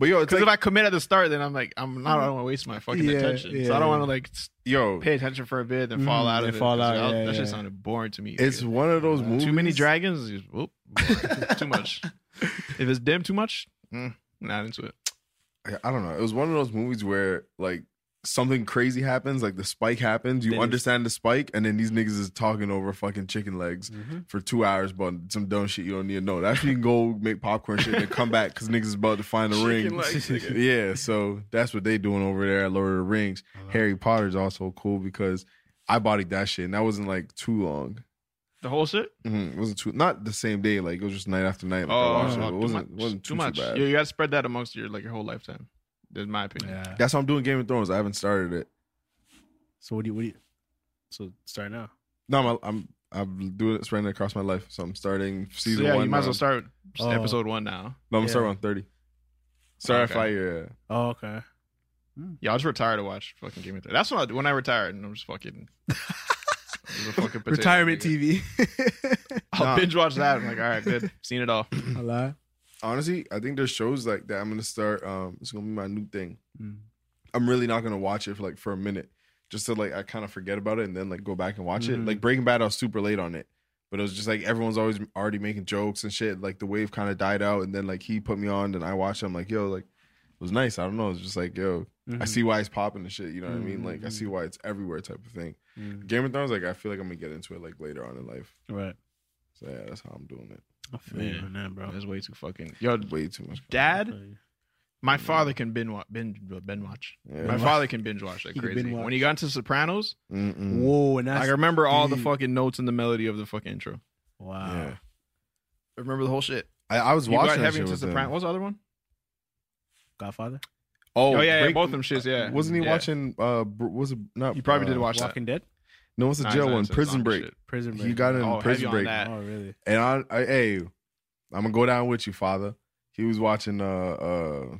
But yo, it's
Because
like,
if I commit at the start, then I'm like, I'm not. I don't want to waste my fucking
Yeah,
attention. So I
yeah.
don't want to like s-
yo,
pay attention for a bit, then fall
Mm-hmm.
Mm,
out
then
of it.
fall
'Cause
out,
y'all-
yeah,
that shit
yeah.
sounded boring to me.
it's
nigga.
one of those movies.
too many dragons. is- Whoop, <laughs> boring.
<laughs>
too much. If it's dim too much, mm, not into it.
I I don't know. It was one of those movies where like something crazy happens, like the spike happens. You
Then it's-
understand the spike, and then these niggas is talking over fucking chicken legs
Mm-hmm.
for two hours about some dumb shit you don't need to know. That's when you can go make popcorn shit and then come back because niggas is about to find the ring.
Chicken legs, <laughs> nigga.
yeah, so that's what they doing over there at Lord of the Rings.
Uh-huh.
Harry Potter's also cool because I bodied that shit, and that wasn't like too long.
The whole shit.
Mhm, It wasn't too not the same day. Like it was just night after night. Like, I
Oh,
watched it.
fuck,
it
too
wasn't
much.
wasn't too, too
much.
bad.
You, you gotta spread that amongst your like your whole lifetime. That's my opinion.
Yeah.
That's how I'm doing Game of Thrones. I haven't started it.
So what do you? What do you? So start now.
No, I'm I'm I'm doing it spreading it across my life. So I'm starting
So
season
yeah,
one.
you might as well
now.
start just
Oh.
episode one now.
No, I'm
yeah.
starting on thirty. Sorry
Okay.
if I uh,
Oh, okay.
Yeah, I just retired to watch fucking Game of Thrones. That's when I, when I retired, and I'm just fucking. I was a fucking potato,
Retirement
nigga.
TV.
I'll binge watch that. I'm like, all right, good. Seen it all.
<laughs> A lie.
honestly, I think there's shows like that. I'm gonna start. Um, it's gonna be my new thing.
Mm-hmm.
I'm really not gonna watch it for like for a minute, just to like I kind of forget about it and then like go back and watch it.
Mhm.
Mm-hmm.
Like Breaking Bad, I was super late on it, but it was just like everyone's always already making jokes and shit. Like the wave kind of died out, and then like he put me on, and I watched. It, I'm like, yo, like it was nice. I don't know. It's just like, yo, I
Mhm.
Mm-hmm.
see why it's popping and shit. You know what I mean? Like I see why it's everywhere type of thing.
Mm.
Game of Thrones, like I feel like I'm gonna get into it like later on in life.
Right.
So yeah, that's how I'm doing it.
I feel you
Man.
on that, bro.
That's way too fucking. Yo,
Way too much.
dad,
you.
my father can binge watch. Binge, binge watch.
Mm-hmm. Yeah.
My father can binge watch like
He can
crazy.
binge
When he got into Sopranos,
Mm-mm.
Whoa, and
I
that's
remember all the
deep.
fucking notes and the melody of the fucking intro.
wow.
Yeah.
I remember the whole shit.
I, I was uh,
You got
watching that
heavy
shit
into
with him.
Sopranos. What's the other one?
Godfather.
Oh, yeah, yeah,
Break-
both them shits. Yeah,
Wasn't he
Yeah.
watching? Uh, Br- was it not?
You probably
uh,
did watch that.
Walking Dead.
No, what's the
Nah,
jail
it's not-
one?
it's not
Prison
that
Break.
shit.
Prison Break.
He got in
Oh, heavy
Prison
on
Break,
that.
Oh, really?
and I, I, hey, I'm gonna go down with you, father. He was watching uh, uh,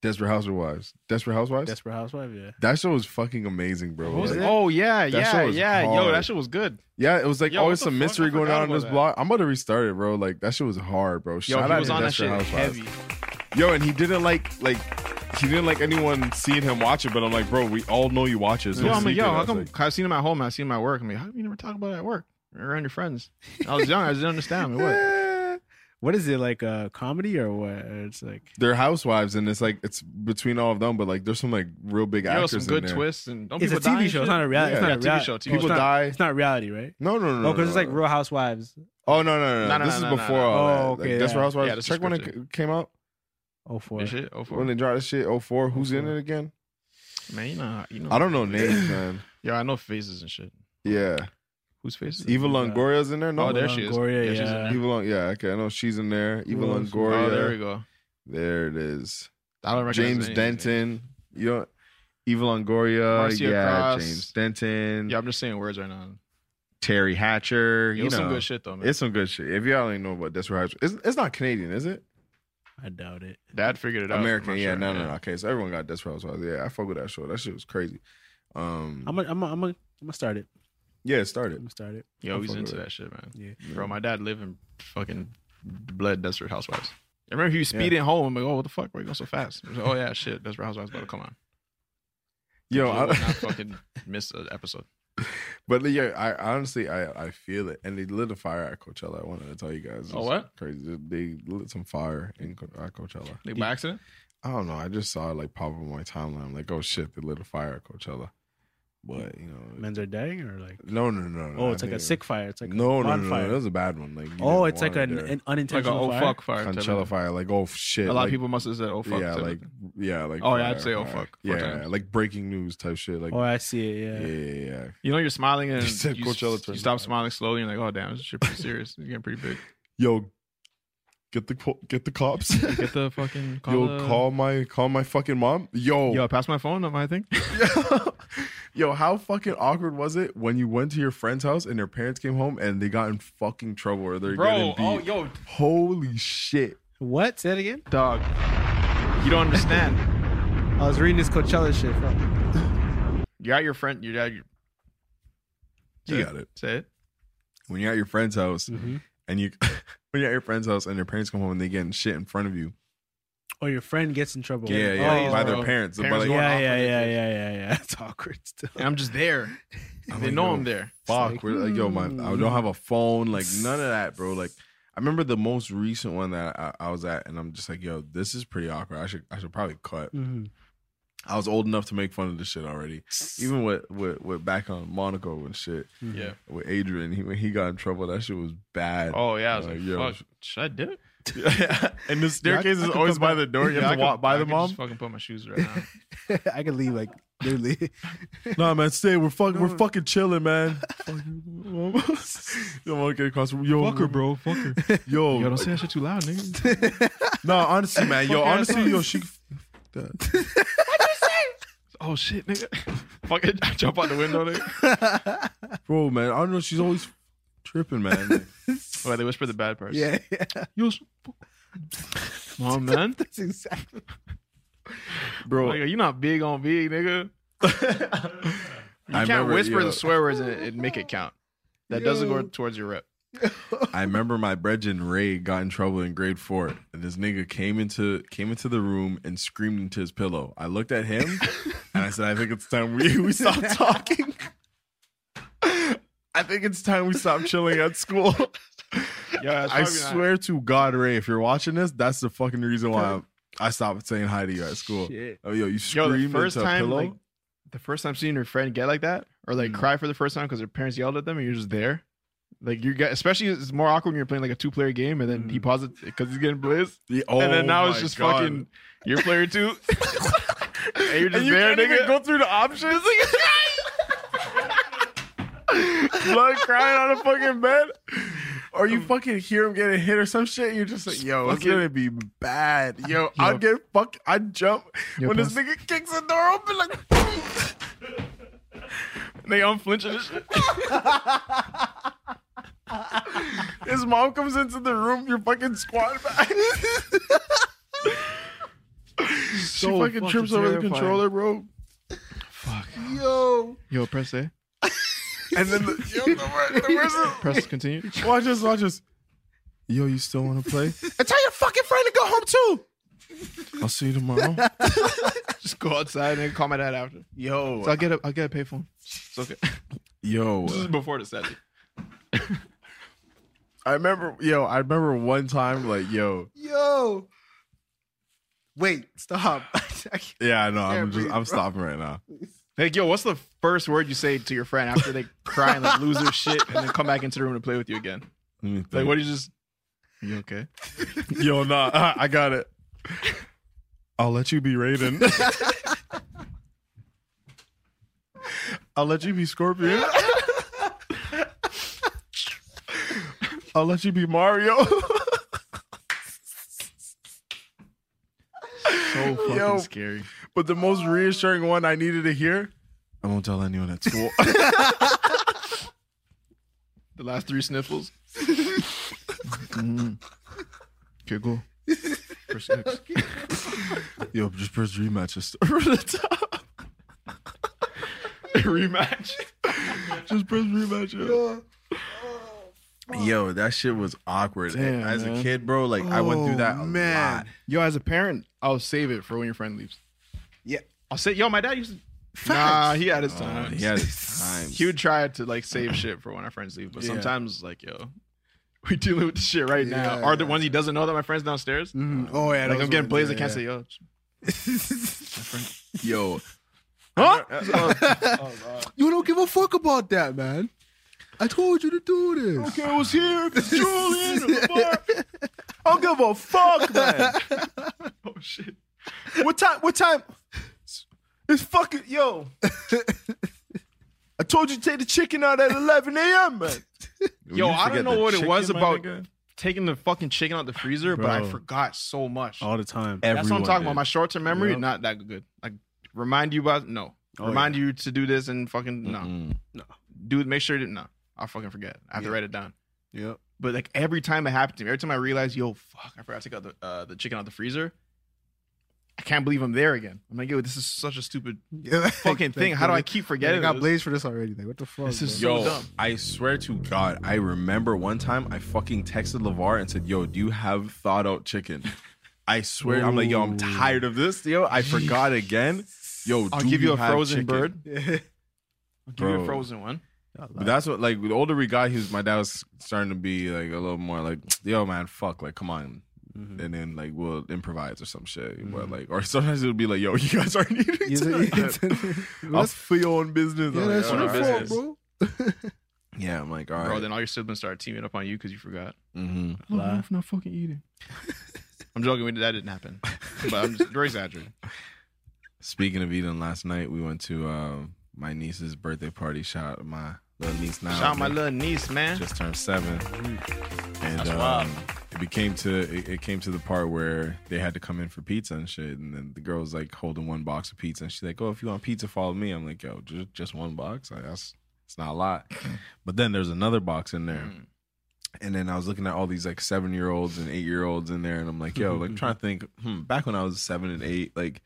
Desperate Housewives. Desperate Housewives.
Desperate Housewife. Yeah.
that show was fucking amazing, bro.
What was
Like,
it?
Oh yeah,
That
yeah,
shit was
yeah. Yo,
hard.
that shit was good.
Yeah, it was like
Yo,
always
what the
some
fuck?
mystery
I
going
forgot
on in
about
this
that.
block. I'm about to restart it, bro. Like that shit was hard, bro.
Yo,
Shout
he
out
was
to
on that
Desperate
shit
Housewives.
heavy.
Yo, and he didn't like like he didn't like anyone seeing him watch it, but I'm like, bro, we all know you watch it. so
Yo, I'm
see
like, yo,
through
how
that.
come
Like,
I've seen him at home, I've seen him at work. I'm like, how come you never talk about it at work? Or around your friends. I was young, I didn't understand. I'm like, what?
What is it like? A comedy or what? It's like
they're housewives, and it's like it's between all of them, but like there's some like real big
Yo,
actors
some
in
good
there.
twists and don't
it's a
people die
TV
and
show.
shit?
It's not a reality.
Yeah.
It's not
Yeah,
a
TV
reality.
show, TV
It's
People
not-
die.
It's not reality, right?
No, no, no.
Oh, because
no,
it's like
no.
Real Housewives.
Oh no, no, no.
No, no,
this
no,
is
no,
before
no.
all that.
Oh,
Like,
okay,
That's
yeah.
where Housewives.
Yeah, this is
check when
scripted.
it came out.
Oh four.
And shit, oh,
When they dropped that shit. 04. Who's in it again?
Man, you know, how- you know.
I don't know
<laughs>
names, man.
Yo, I know faces and shit.
Yeah,
Whose faces?
Eva Longoria's in there. No,
Oh, there she is.
Longoria,
she's in
yeah.
there.
Eva Long. Yeah, okay, I know she's in there. Eva
Who else?
Longoria.
Oh, there we go.
There it is.
I don't recognize any
James
of these names.
Denton. You know, Eva Longoria.
Marcia
yeah,
Cross.
James Denton.
Yeah, I'm just saying words right now.
Terry Hatcher.
Yo,
you know,
some good shit though, man.
It's some good shit. If y'all ain't know about Desperate Housewives, it's, it's not Canadian, is it?
I doubt it.
Dad figured it out.
American.
I'm
Yeah,
sure,
no, no, no. Okay, so everyone got Desperate Housewives. Yeah, I fuck with that show. That shit was crazy. Um,
I'm gonna, I'm gonna, I'm gonna, I'm gonna start it.
yeah, it
I'm
started.
gonna start it.
Yo,
I
he's
fuck
into
with
that shit, man.
Yeah.
Bro, my dad lived in fucking bled Desperate Housewives. I remember he was speeding home. I'm like, oh, what the fuck? Why you going so fast? I was like, oh, yeah, shit. Desperate Housewives about to come on.
Yo,
I would
I- <laughs>
not fucking miss an episode.
but yeah, I honestly, I I feel it. And they lit a fire at Coachella. I wanted to tell you guys.
Oh,
It's
what?
Crazy. They lit some fire in Co- at Coachella.
Like, by accident?
I don't know. I just saw it like pop up on my timeline. I'm like, oh shit, they lit a fire at Coachella. But you know,
Men's are dying or like.
no, no, no, no.
Oh,
I
it's like a
think-
sick fire. It's like
no, no,
a
no,
bonfire.
no, that was a bad one. Like, you
oh,
didn't
it's like
want it
an, an
Like an
unintentional
oh,
fire.
fuck
there.
fire. type of
Coachella
thing.
fire. Like, oh shit.
A lot
like,
of people must have said, oh, fuck.
yeah,
type of
like
thing.
yeah, like
Oh, yeah, I'd say, oh,
fire.
fuck. Fuck
yeah,
yeah.
like breaking news type shit, like
Oh, I see it.
yeah,
Yeah.
yeah, yeah.
you know, you're smiling
<laughs>
and
You said
you,
Coachella
you
turned
stop
out.
smiling slowly. And you're like, oh, damn, this shit pretty serious. It's getting pretty big.
Yo, get the co- get the
<laughs>
cops.
Get the fucking call.
Yo,
the-
call my call my fucking mom. Yo,
Yo, pass my phone number, I think.
<laughs> yo, how fucking awkward was it when you went to your friend's house and their parents came home and they got in fucking trouble or they're getting
Bro, oh,
beat?
yo,
Holy shit!
What? Say it again.
dog. You don't understand.
I was reading this Coachella shit. Fuck.
<laughs> You're at your friend. You're at your.
You
Say
got it.
Say it.
When you're at your friend's house and you <laughs> when you're at your friend's house and their parents come home and they getting shit in front of you.
Or Oh, your friend gets in trouble.
Yeah,
Oh,
yeah,
Oh,
by
bro.
their parents.
Parents
but
going
like,
off
yeah,
on
yeah,
it.
yeah, yeah, yeah, yeah. <laughs> It's awkward still.
And I'm just there.
<laughs> I'm
they
like,
know
yo,
I'm there.
fuck. we're like, yo, my I don't have a phone. Like none of that, bro. Like I remember the most recent one that I, I was at, and I'm just like, yo, this is pretty awkward. I should I should probably cut.
Mhm.
I was old enough to make fun of this shit already. Even with with, with back on Monaco and shit
Yeah.
with Adrian, he when he got in trouble, that shit was bad.
Oh yeah. I was
Uh,
like,
yo.
fuck. Should I do it?
<laughs> and the staircase is always by the door. You
Yeah,
have
I
to
could-
walk by
I
the
could just
mom.
Fucking put my
<laughs>
shoes right now.
I could leave like literally.
Nah, man, stay. We're fucking. We're fucking chilling, man. Yo, mom came across the room, yo,
bro. Fuck her.
Yo,
<laughs> Yo, don't say that shit too
<laughs>
loud, nigga.
no, honestly, man. Yo, honestly, yo, she.
oh
<laughs>
shit, nigga. Fucking <laughs> jump out the window, nigga.
Bro, man, I don't know. She's always tripping, man.
<laughs>
Like,
Well, they whisper the bad parts.
Yeah, yeah.
You <laughs> was- Come on, man.
That's exactly.
bro,
Like, you're not big on big, nigga. You
I
can't
remember,
whisper
yo.
the swear words and, and make it count. That doesn't go towards your rep.
I remember my brethren Ray got in trouble in grade four, and this nigga came into came into the room and screamed into his pillow. I looked at him and I said, "I think it's time we we
<laughs>
stop talking. I think it's time we stop chilling at school."
Yeah,
I swear to God, Ray, if you're watching this, that's the fucking reason
<laughs>
why I, I stopped saying hi to you at school.
Shit.
Oh, yo, you
Yo,
screamed
the first
into a
time,
pillow. Hmm.
like, the first time seeing your friend get like that, or like cry for the first time because their parents yelled at them, and you're just there. Like you got, especially it's more awkward when you're playing like a two player game, and then he pauses because he's getting blazed,
Yeah, <laughs> oh
and then now it's
my
just
God.
fucking your player
<laughs>
two, and you're just
And you
there,
can't
nigga.
even go through the options.
<laughs>
<laughs> Blood crying on a fucking bed. Or you fucking hear him getting hit or some shit. You're just like, yo, it's
Um, Fucking-
gonna be bad. Yo, I'd get fuck. I'd jump when this nigga kicks the door open. Like, <laughs> boom.
And they unflinching and shit.
<laughs> his mom comes into the room. You're fucking squat back. <laughs> she
So
fucking
fucking
trips over the
terrifying.
controller, bro.
Yo, press <laughs> A.
And then the, yo, the, wor- the worst is-
Press continue.
Watch us, watch us. Yo, you still want to play? <laughs> and tell your fucking friend to go home too. I'll see you <laughs> tomorrow.
<laughs> Just go outside and call my dad after.
Yo,
So I'll get a I'll get a payphone. It's okay. <laughs>
yo.
This is before the Saturday.
I remember, yo, I remember one time, like, yo,
Yo, wait, stop. <laughs> I can't-
yeah, I know. I'm
Can't
just,
breathe,
I'm
bro.
stopping right now.
Like, yo, what's the first word you say to your friend after they cry and like lose their shit and then come back into the room to play with you again?
Let me think.
Like, what do you just?
<laughs>
You okay?
yo, nah, <laughs> I got it. I'll let you be <laughs> Raiden. I'll let you be <laughs> Scorpion. I'll let you be Mario. <laughs>
So fucking
Yo.
scary.
But the most reassuring one I needed to hear, I won't tell anyone at <laughs> school.
The last three <laughs> sniffles. Mm-hmm. Okay, <laughs> go. First X.
Yo, just press rematch. <laughs> Just over the top.
<laughs> Rematch.
Just press rematch. Yo. Yo, that shit was awkward.
Damn,
As a
man.
kid, bro, like I went through that a lot.
Yo, as a parent, I'll save it for when your friend leaves.
Yeah.
I'll say, yo, my dad used to. Nah, he had his
Uh,
time.
he had <laughs> his time.
he would try to
<clears throat>
like save shit for when our friends leave, but
Yeah.
sometimes like yo, <laughs> we dealing with the shit right now. Are the ones he doesn't know that my friends downstairs?
Oh yeah,
Like I'm getting blazed, I can't say
see.
Yo,
yo. <laughs>
You don't give a fuck about that, man. I told you to do this.
okay, I was here. Julian, I'll give a fuck, man.
<laughs> Oh shit!
What time? What time? It's fucking yo. I told you to take the chicken out at 11 a.m. Man.
Yo, I don't know what it was about taking the fucking chicken out the freezer, but I
Bro.
forgot so much.
all the time.
That's what I'm talking about. My
My
short term memory
Yep.
not that good. Like remind you about no,
Oh,
remind you to do this and fucking no, do it. Make sure that no, I'll fucking forget. I have to write it down.
Yep.
But like every time it happened to me, every time I realized, yo, fuck, I forgot to take out the uh, the chicken out the freezer. I can't believe I'm there again. I'm like, yo, this is such a
<laughs>
stupid fucking thing. How do I keep
I
forgetting?
got
this?
blazed for this already. Like, what the fuck?
This is
bro?
so
Yo,
dumb.
I swear to God, I remember one time I fucking texted Lavar and said, "Yo, do you have thawed out chicken?" I swear, I'm like, "Yo, I'm tired of this, yo. I forgot again." Yo,
I'll
do
give you a
have
frozen
chicken?
bird. I'll give you
Bro.
a frozen one.
But that's what like the older we got, he was my dad was starting to be like a little more like, yo man, fuck, like come on. And then like we'll improvise or some shit. But like or <laughs> sometimes it'll be like, yo, you guys aren't eating
<laughs>
<laughs> tonight. I'll for your own business. I'm like,
that's
"All
your
right."
fault,
bro.
Yeah, I'm like, all
Bro,
right.
then all your siblings started teaming up on you because you forgot.
Mhm.
Oh, I'm not fucking eating. I'm joking. we- That didn't happen. But I'm just, we're exaggerating.
Speaking of eating, last night we went to um, my niece's birthday party. Shout out my little niece now.
Shout out my little niece, man.
just turned seven. And um, it became to it, it came to the part where they had to come in for pizza and shit, and then the girl was like holding one box of pizza, and she's like, "Oh, if you want pizza, follow me." I'm like, "Yo, just just one box? Like, that's it's not a lot." But then there's another box in there. And then I was looking at all these like seven year olds and eight year olds in there, and I'm like, yo, like trying to think, hmm, back when I was seven and eight, like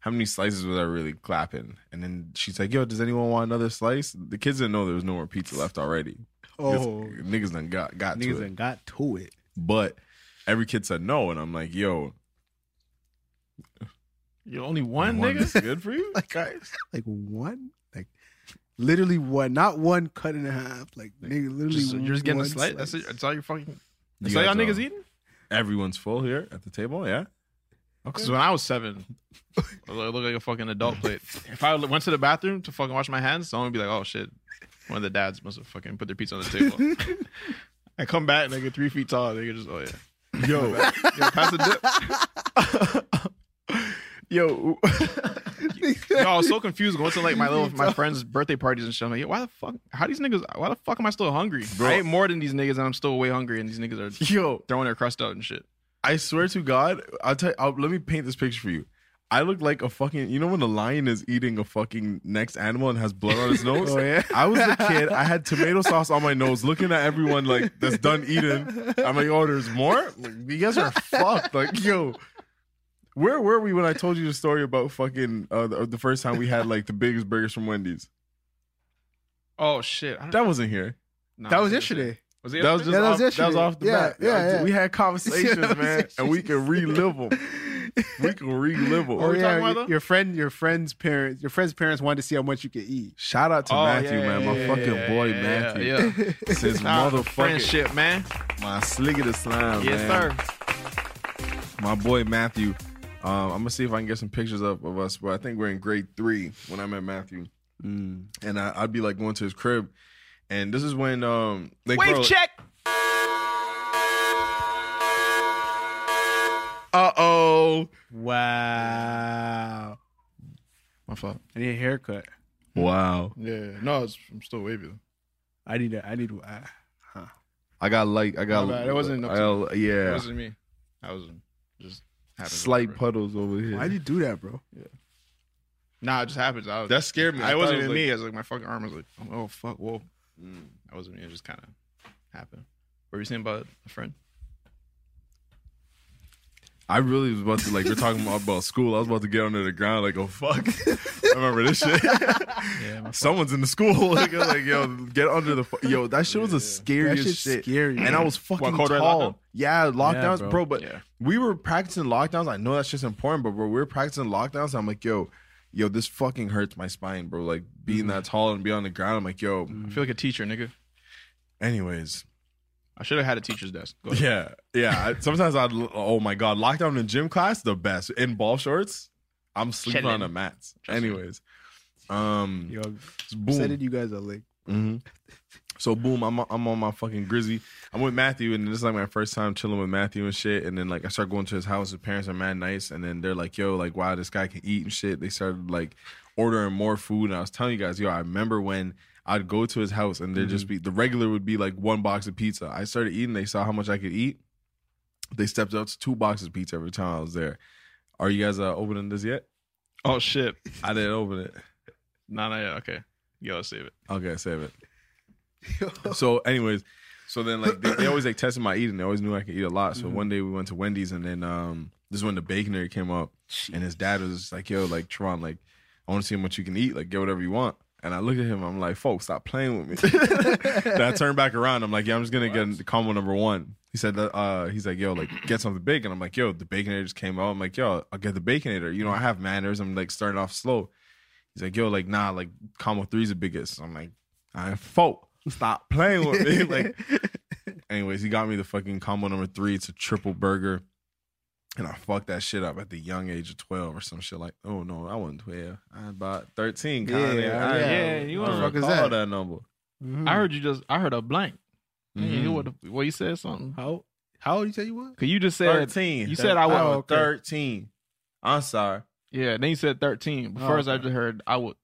how many slices was I really clapping? And then she's like, yo, does anyone want another slice? The kids didn't know there was no more pizza left already.
Oh.
Because niggas done got, got to
Niggas
it.
done got to it.
But every kid said no, and I'm like, yo,
You only one,
one
nigga.
is good for <laughs> you?
Like <laughs> like one, like literally one, not one cut in half. Like nigga, literally
Just, you're just getting a
one
slice. That's it. That's all you're fucking.
You
That's all y'all
guys,
niggas
uh,
eating.
Everyone's full here at the table, yeah?
Because when I was seven, I look, I look like a fucking adult. But if I went to the bathroom to fucking wash my hands, someone would be like, "Oh shit, one of the dads must have fucking put their pizza on the table." I come back, nigga, three feet tall. Nigga, just oh yeah, yo, yo, pass the dip. yo, yo, I was so confused going to like my little my friends' birthday parties and shit. I'm like, yo, why the fuck? How these niggas? Why the fuck am I still hungry? I ate more than these niggas, and I'm still way hungry. And these niggas
<laughs> <laughs>
are
Yo,
throwing their crust out and shit.
I swear to God, I'll tell. You, I'll, let me paint this picture for you. I look like a fucking. You know when a lion is eating a fucking next animal and has blood <laughs> on his nose. oh yeah. I was
<laughs>
a kid. I had tomato sauce on my nose, looking at everyone like that's done eating. I'm like, oh, there's more. Like, you guys are fucked. Like yo. Where were we when I told you the story about fucking uh, the, the first time we had like the biggest burgers from Wendy's?
Oh shit, I don't-
That wasn't here.
nah,
That was
this shit.
yesterday.
Was it
That was just
Yeah, that
off,
was
that was
yesterday.
off the
Yeah,
bat.
yeah, yeah.
We had conversations,
<laughs> Yeah, that was
man, and we can relive them. We can relive them.
Oh
we talking
yeah,
about,
your-
though?
your friend, your friend's parents, your friend's parents wanted to see how much you could eat.
Shout out to
Oh,
Matthew,
yeah,
man.
yeah,
My
yeah,
fucking
yeah,
boy
yeah,
Matthew.
<laughs> yeah.
<laughs> It's his
Nah,
motherfucking
friendship, man.
my slick of the slime.
Yes,
man.
sir.
My boy Matthew. Um, I'm gonna see if I can get some pictures up of us, but I think we're in grade three when I met Matthew.
Mm.
And I, I'd be like going to his crib. And this is when um like,
Wave
bro,
check.
Uh oh.
Wow.
My fault.
I need a haircut.
Wow.
Yeah, no, it's, I'm still wavy.
I need a. I need. I,
I got like I got
My bad. It wasn't up
I
to
got-
It
yeah.
wasn't me. I was just happened to
Slight
remember.
puddles over here.
why'd you do that, bro?
Nah, it just happens. I was,
that scared me.
I,
thought
wasn't
it
even
was,
me.
like-
I was like my fucking arm was like, oh fuck, whoa. That wasn't me. It just kind of happened. What were you saying about a friend?
I really was about to like we're talking about school. I was about to get under the ground like oh fuck. <laughs> I remember this shit.
Yeah, my
<laughs> someone's in the school. like, I'm like, yo, get under the fu- yo. That shit was the
That
scariest
shit's
shit.
scary.
And I was fucking
cold red
tall.
lockdown?
Yeah, lockdowns,
bro.
bro. But
Yeah.
we were practicing lockdowns. I know that's just important, but bro, we were practicing lockdowns. I'm like, yo, yo, this fucking hurts my spine, bro. Like being
Mm-hmm.
that tall and being on the ground. I'm like, yo.
I feel like a teacher, nigga.
Anyways,
I should have had a teacher's desk. Go ahead.
yeah, yeah. I- sometimes I'd l- oh my god, lockdown in gym class the best in ball shorts. I'm sleeping on
Chilling.
the mats.
Trust me.
Anyways, um,
Yo,
boom.
sending you guys a link.
hmm So boom, I'm I'm on my fucking grizzly. I'm with Matthew, and this is like my first time chilling with Matthew and shit. And then like I start going to his house. His parents are mad nice, and then they're like, "Yo, like wow, this guy can eat and shit." They started like ordering more food, and I was telling you guys, yo, I remember when I'd go to his house, and there'd just be the regular would be like one box of pizza. I started eating. They saw how much I could eat. They stepped up to two boxes of pizza every time I was there. Are you guys uh, opening this yet?
<laughs> Oh shit.
I didn't open it.
Nah, nah, yeah, okay. Yeah, let's save it.
Okay, save it. so, anyways, so then like they, they always like tested my eating. They always knew I could eat a lot. So one day we went to Wendy's, and then um this is when the baconator came up, and his dad was just like, "Yo, like Tron, like I want to see how much you can eat. Like get whatever you want." And I looked at him. I'm like, "Folks, stop playing with me." <laughs> then I turned back around. I'm like, "Yeah, I'm just gonna get combo number one." He said, that, "Uh, he's like, yo, like get something big." And I'm like, "Yo, the baconator just came out." I'm like, "Yo, I'll get the baconator." You know, I have manners. I'm like starting off slow. He's like, yo, like, nah, like, combo three's the biggest. I'm like, I ain't fault. Stop playing with me. <laughs> like, anyways, he got me the fucking combo number three. It's a triple burger. And I fucked that shit up at the young age of 12 or some shit. Like, oh no, I wasn't 12. I was about 13.
Yeah,
Kinda. I
yeah.
Yeah, you
don't
wanna-
fuck is
recall
that?
that number.
I heard you just. I heard a blank. You
Mhm.
know what? the- What you said something?
How how old you say you was?
Cause you just said
13.
you said I was-
Oh,
oh, okay.
13. I'm sorry.
yeah. Then you said thirteen. But
Oh,
first, I
okay.
just heard I would.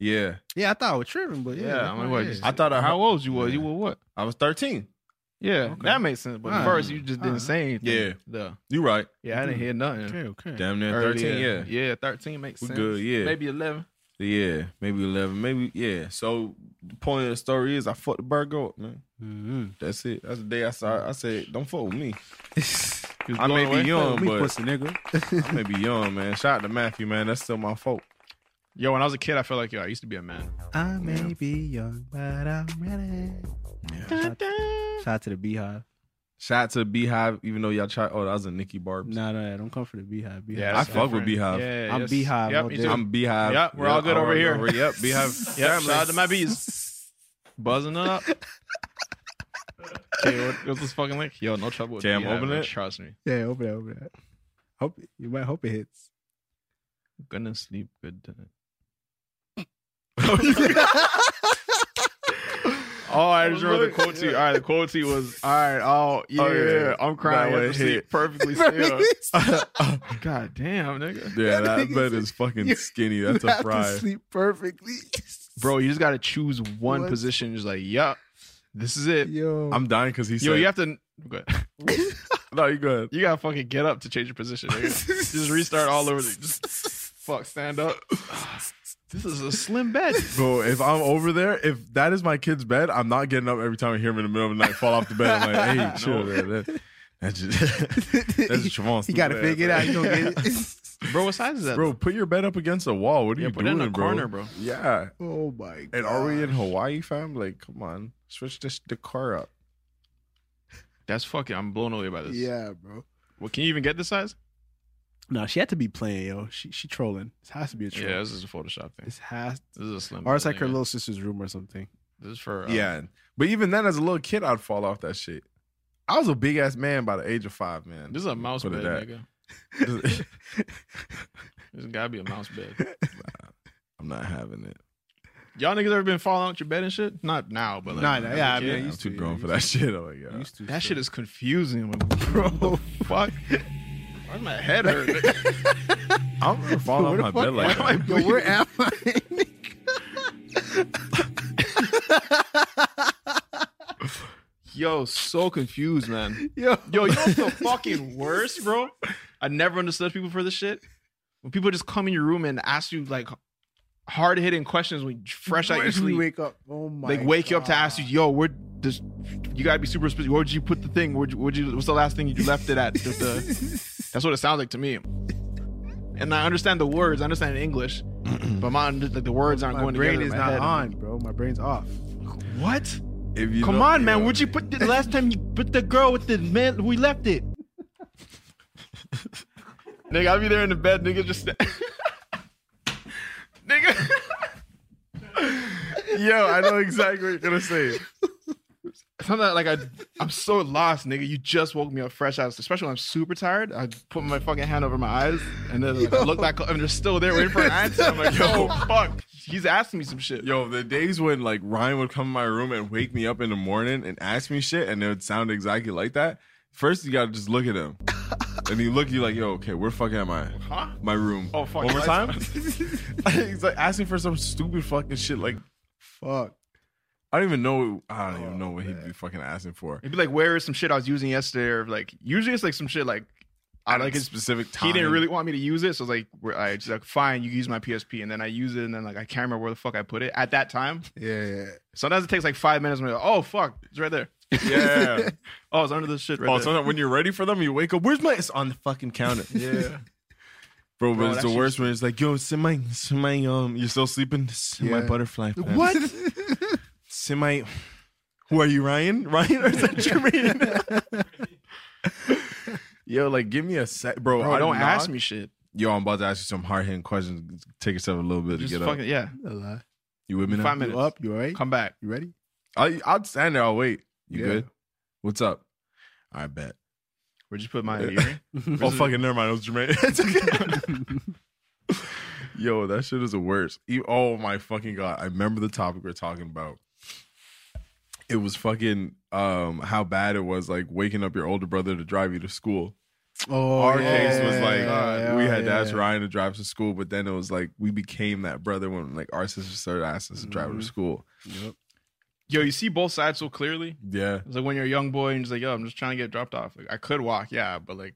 Yeah.
Yeah, I thought I was tripping, but yeah,
Yeah, I'm like, what?
yeah.
you-
I thought I
how
heard-
old you was? You
Yeah.
were what?
I was 13.
Yeah, that makes sense. But first, you just didn't say anything.
Yeah.
though.
You right.
Uh-huh. Yeah, I didn't hear nothing.
Okay, okay.
Damn near
Earlier.
thirteen. Yeah. yeah.
yeah, thirteen makes
We
sense.
good, yeah.
maybe eleven.
Maybe eleven. Maybe yeah. So the point of the story is I fucked the burger up, man.
Mm-hmm.
That's it. That's the day I saw. I said, "Don't fuck with me." I may be young,
We
but
pussy nigga.
I may be young, man. Shout out to Matthew, man. That's still my fault.
Yo, when I was a kid, I felt like yo, I used to be a man.
I may be young, but I'm ready. Shout, out to- shout out to the Beehive.
Shout out to Beehive, even though y'all try. Oh, that was a Nikki Barb.
No, no, no, don't come for the Beehive. beehive.
I fuck with Beehive.
Yeah,
I'm
yes.
Beehive
Yep,
all
me
day.
too.
I'm Beehive.
Yep, we're all good
I'm
over here. <laughs>
Yep, Beehive.
Yeah, shout out to my bees. Buzzing it up. okay, what, what's this fucking link? Yo, no trouble with
Damn,
Beehive,
open
man.
it.
Trust me.
Yeah, open that, open that. Hope you might hope it hits.
Gonna sleep good tonight. <laughs>
<laughs>
oh, I just remember the quote to you. All right, the quote to you was, "All right, oh yeah,
yeah.
I'm crying
That
with
one
sleep
hit. <laughs>
perfectly
<laughs>
still." <laughs> God damn, nigga.
Yeah, that bed is fucking skinny. That's a fry.
sleep perfectly.
Bro, you just gotta choose one
What?
position. Just like, yup, this is it.
Yo,
I'm dying because he said.
Yo, you have to. Go ahead.
no, you good.
You gotta fucking get up to change your position.
<laughs>
Nigga. just restart all over. Just
<laughs>
fuck, stand up. This is a slim <laughs> bed.
Bro, if I'm over there, if that is my kid's bed, I'm not getting up every time I hear him in the middle of the night fall off the bed. I'm like, hey, chill, man. That, that's <laughs> just that's
<laughs>
just Trevon's.
you gotta
stupid
figure it out.
ass,
You
man.
gonna get it. <laughs>
Bro, what size is
<laughs>
that?
Bro, put your bed up against a wall. What are
yeah,
you
put it
doing,
in a corner, bro.
Yeah,
oh my god.
and are we in Hawaii, fam? Like, come on, switch this the car up.
That's fucking. I'm blown away by this.
Yeah, bro.
Well, can you even get this size?
No, she had to be playing, yo. She she trolling. This has to be a troll.
Yeah, this is a Photoshop thing.
This has
This is a slim.
or it's
bed,
like her
nigga.
little sister's room or something.
This is for. uh,
Yeah, but even then, as a little kid, I'd fall off that shit. I was a big ass man by the age of five, man.
This is a mouse
Put
bed,
it at.
nigga. This gotta be a mouse bed.
<laughs> I'm not having it.
Y'all niggas ever been falling out your bed and shit? Not now, but like,
Nah, nah,
as a
yeah, I
kid.
mean,
I'm
used
too
to,
grown
yeah,
for that shit. Oh my god.
Used to
That shit is confusing, bro. <laughs> Fuck. Why my head hurt? nigga?
I'm
<laughs>
gonna fall off my bed like
Why
that.
am I bleeding?
<laughs> Where am I?
Yo, so confused, man.
Yo,
Yo, you know what's the fucking worst, bro? I never understood people for this shit. When people just come in your room and ask you like hard hitting questions when you're fresh out your
Where'd we
sleep.
wake up. Oh my.
Like wake you up to
God.
ask you, yo, where this you gotta be super specific. Where'd you put the thing? Where'd you, where'd you what's the last thing you left it at? Just the-
<laughs>
that's what it sounds like to me. And I understand the words, I understand English, but my like the words aren't
My
going
brain
together. in
is
my
not
head.
on, bro. My brain's off.
What?
If you
Come
know-
on, man.
yeah.
Where'd you put the last time you put the girl with the man? We left it. <laughs> nigga, I'll be there in the bed. Nigga, just. <laughs> nigga.
Yo, I know exactly what you're gonna
<laughs>
say.
Sometimes, like, I, I'm so lost, nigga. You just woke me up fresh out, especially when I'm super tired. I put my fucking hand over my eyes and then like, I
<laughs>
look back up and they're still there waiting for an answer. I'm like, yo, fuck. He's asking me some shit.
Yo, the days when like Ryan would come in my room and wake me up in the morning and ask me shit, and it would sound exactly like that. First, you gotta just look at him, and you look, you like, yo, okay, where the fuck am I?
Huh?
My room.
Oh, fuck.
One more
Lights
time. <laughs>
<laughs>
He's like asking for some stupid fucking shit. Like,
Fuck.
I don't even know. I don't
Oh,
even know what he'd be fucking asking for.
It'd be like, where is some shit I was using yesterday? Or like, usually it's like some shit like, I
At
like
a
it's
specific time.
He didn't
<laughs>
really want me to use it, so it's like we're, I just like fine, you can use my PSP, and then I use it, and then like I can't remember where the fuck I put it at that time.
Yeah, yeah.
Sometimes it takes like five minutes. And I'm like, oh fuck, it's right there.
Yeah.
Oh, it's under this shit right
oh,
there.
sometimes when you're ready for them, you wake up. Where's my? It's on the fucking <laughs> counter.
yeah,
Bro, but
Bro,
it's
that
the
shit's-
worst when it's like, yo, send my, send my, um, you're still sleeping? Send my
Yeah.
butterfly. plan.
<laughs> What?
Send my, who are you, Ryan? <laughs> Ryan or is that Jermaine? <laughs> yo, like, give me a sec. Bro,
bro,
I
don't
do not-
ask me shit.
Yo, I'm about to ask you some hard hitting questions. Take yourself a little bit
Just
to get
fucking
up.
yeah.
You with me now?
Five
You
minutes.
up? You alright?
Come back.
<laughs>
You ready?
I'll, I'll stand there. I'll wait. You
Yeah.
good? What's up? I bet.
Where'd you put my earring?
<laughs> Oh, fucking never mind. It was
<laughs>
Jermaine. It's <laughs> okay. Yo, that shit is the worst. E- Oh my fucking god! I remember the topic we're talking about. It was fucking um how bad it was like waking up your older brother to drive you to school.
Oh,
Our
yeah,
case was like
yeah,
we had to
yeah.
ask Ryan to drive us to school, but then it Mm-hmm. was like we became that brother when like our sister started asking us to drive her to school.
yo, you see both sides so clearly.
Yeah.
It's like when you're a young boy and you're just like, yo, I'm just trying to get dropped off. Like, I could walk, yeah, but like,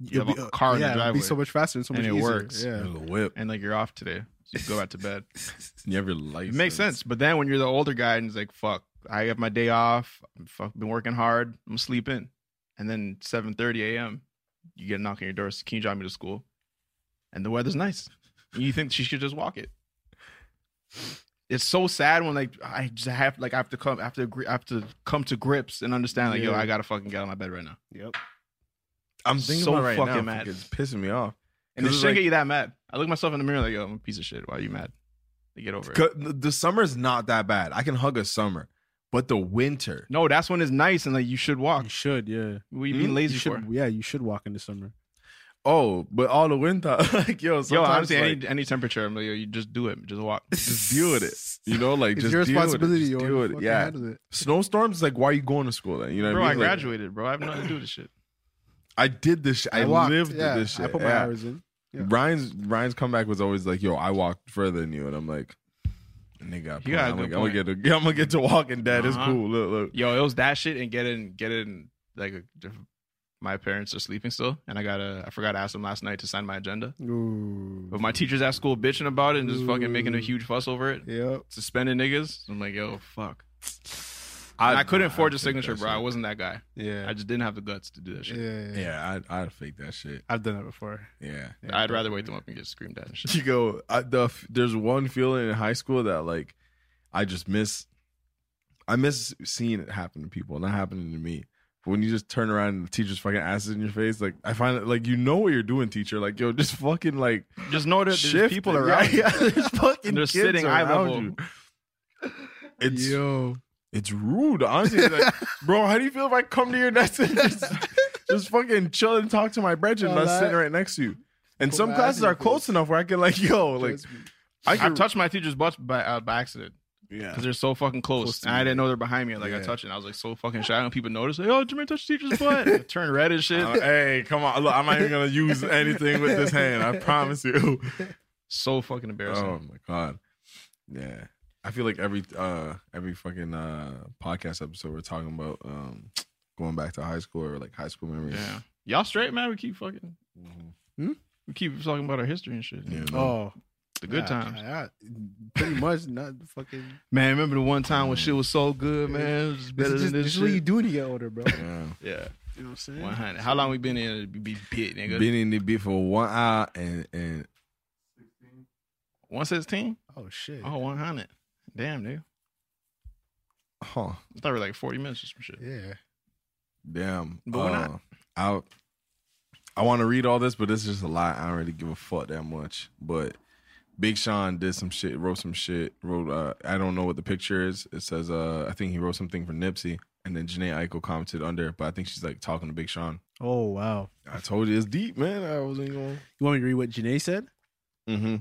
you
You'll
have
be- uh,
a car in the
yeah, it'll
driveway,
be so much faster and so
and
much
it
easier.
works.
Yeah.
There's a <laughs> whip.
and like you're off today, so you go back to bed.
You have your life.
It makes sense. But then when you're the older guy and it's like, fuck, I have my day off. I'm fuck, been working hard. I'm gonna sleep in. And then 7:30 a.m. you get a knock on your door. "So Can you drive me to school? And the weather's nice. And you think she should just walk it? It's so sad when like I just have like I have to come I have to agree I have to come to grips and understand like yo
Yeah.
I gotta fucking get out of my bed right now.
I'm thinking
So
about it right
fucking
now.
mad.
Mad. It's pissing me off.
And it
'Cause it's
shouldn't
like-
get you that mad. I look myself in the mirror like yo I'm a piece of shit. Why are you mad? Like, get over it.
C- the- The summer's not that bad. I can hug a summer, but the winter.
No, that's when it's nice and like you should walk.
You should,
Hmm?
yeah.
What you being lazy
Hmm? you
for?
should, yeah, you should walk in the summer.
Oh, but all the winter, <laughs> like yo, sometimes
Yo, honestly,
like,
any any temperature, I'm like, yo, you just do it, just walk.
just deal with it. You know, like
It's
just
your
deal with
responsibility.
It, just
yo.
deal
You
with it.
fucking
Yeah,
handle it.
snowstorms. Like, why are you going to school then? You know, what
bro,
I
I
mean? Like,
graduated, bro. I have nothing to do with this shit.
I did this. Shit. I,
walked,
lived
yeah,
this shit.
I put my
yeah.
hours in. yeah.
Ryan's Ryan's comeback was always like, "Yo, I walked further than you," and I'm like, "Nigga,
You got a
I'm, like,
good
I'm gonna get to, <laughs> I'm gonna get to Walking Dead. It's
Uh-huh.
cool. Look, look.
Yo, it was that shit and get in, get in. Like, my parents are sleeping still, and I gotta, I forgot to ask them last night to sign my agenda.
Ooh.
But my teachers at school bitching about it and just fucking making a
Ooh.
huge fuss over it,
Yep.
suspending niggas. I'm like, yo, fuck. And I, couldn't
I'd
forge a
fake
signature,
that
bro. I
shit.
wasn't that guy.
Yeah.
I just didn't have the guts to do that
yeah.
shit.
yeah.
Yeah, I'd, I'd fake that shit.
I've done that before.
Yeah.
I'd rather wake them up and get screamed at and
<laughs>
shit.
You go. I, the f- there's one feeling in high school that like I just miss. I miss seeing it happen to people, not happening to me. But when you just turn around and the teacher's fucking ass is in your face, like I find it like you know what you're doing, teacher. Like yo, just fucking like
Just know that there's
shift.
people
Yeah,
around. you.
<laughs> Yeah, there's fucking
And they're
kids
sitting eye
around
level.
you. It's
Yo.
it's rude, honestly. Like, <laughs> bro, how do you feel if I come to your nest and <laughs> just, just fucking chill and talk to my brethren
All
that's
right.
sitting right next to you? And
Put
some
my
classes
ass in
are
your
close
face.
enough where I can like, yo, like I
I've
can
touched my teacher's butt by uh, by accident. <laughs>
Yeah.
because they're so fucking close.
Close to
and I
you.
didn't know they're behind me. Like I
Yeah.
touched it, and I was like so fucking shy. And people noticed, like, "Oh, Jermaine touched the teacher's butt." I turned red and shit.
Uh, hey, come on! Look, I'm not even gonna use anything with this hand. I promise you.
so fucking embarrassing.
Oh my god. Yeah. I feel like every uh every fucking uh podcast episode we're talking about um going back to high school or like high school memories.
yeah, y'all straight man. We keep fucking. We keep talking about our history and shit.
You know?
Oh,
The good
yeah,
times,
yeah, pretty much not fucking.
man. Remember the one time when shit was so good, man. It was better
This is, just,
than
this
this
is what you
shit.
do when you get older, bro. You
Yeah.
Yeah,
know what I'm saying?
one hundred. How long we been in? Be bit, nigga.
Been in the beat for one hour and and
One sixteen.
Oh shit.
Oh, one hundred. Damn, nigga.
huh.
I thought we were like forty minutes or some shit.
Yeah.
Damn. Uh,
But we're not.
I I want to read all this, but it's just a lot. I don't really give a fuck that much. But Big Sean did some shit, wrote some shit, wrote uh I don't know what the picture is. It says uh I think he wrote something for Nipsey and then Janae Eichel commented under, it, but I think she's like talking to Big Sean.
Oh wow.
I told you it's deep, man. I wasn't going
You want me to read what Janae said?
Mm-hmm.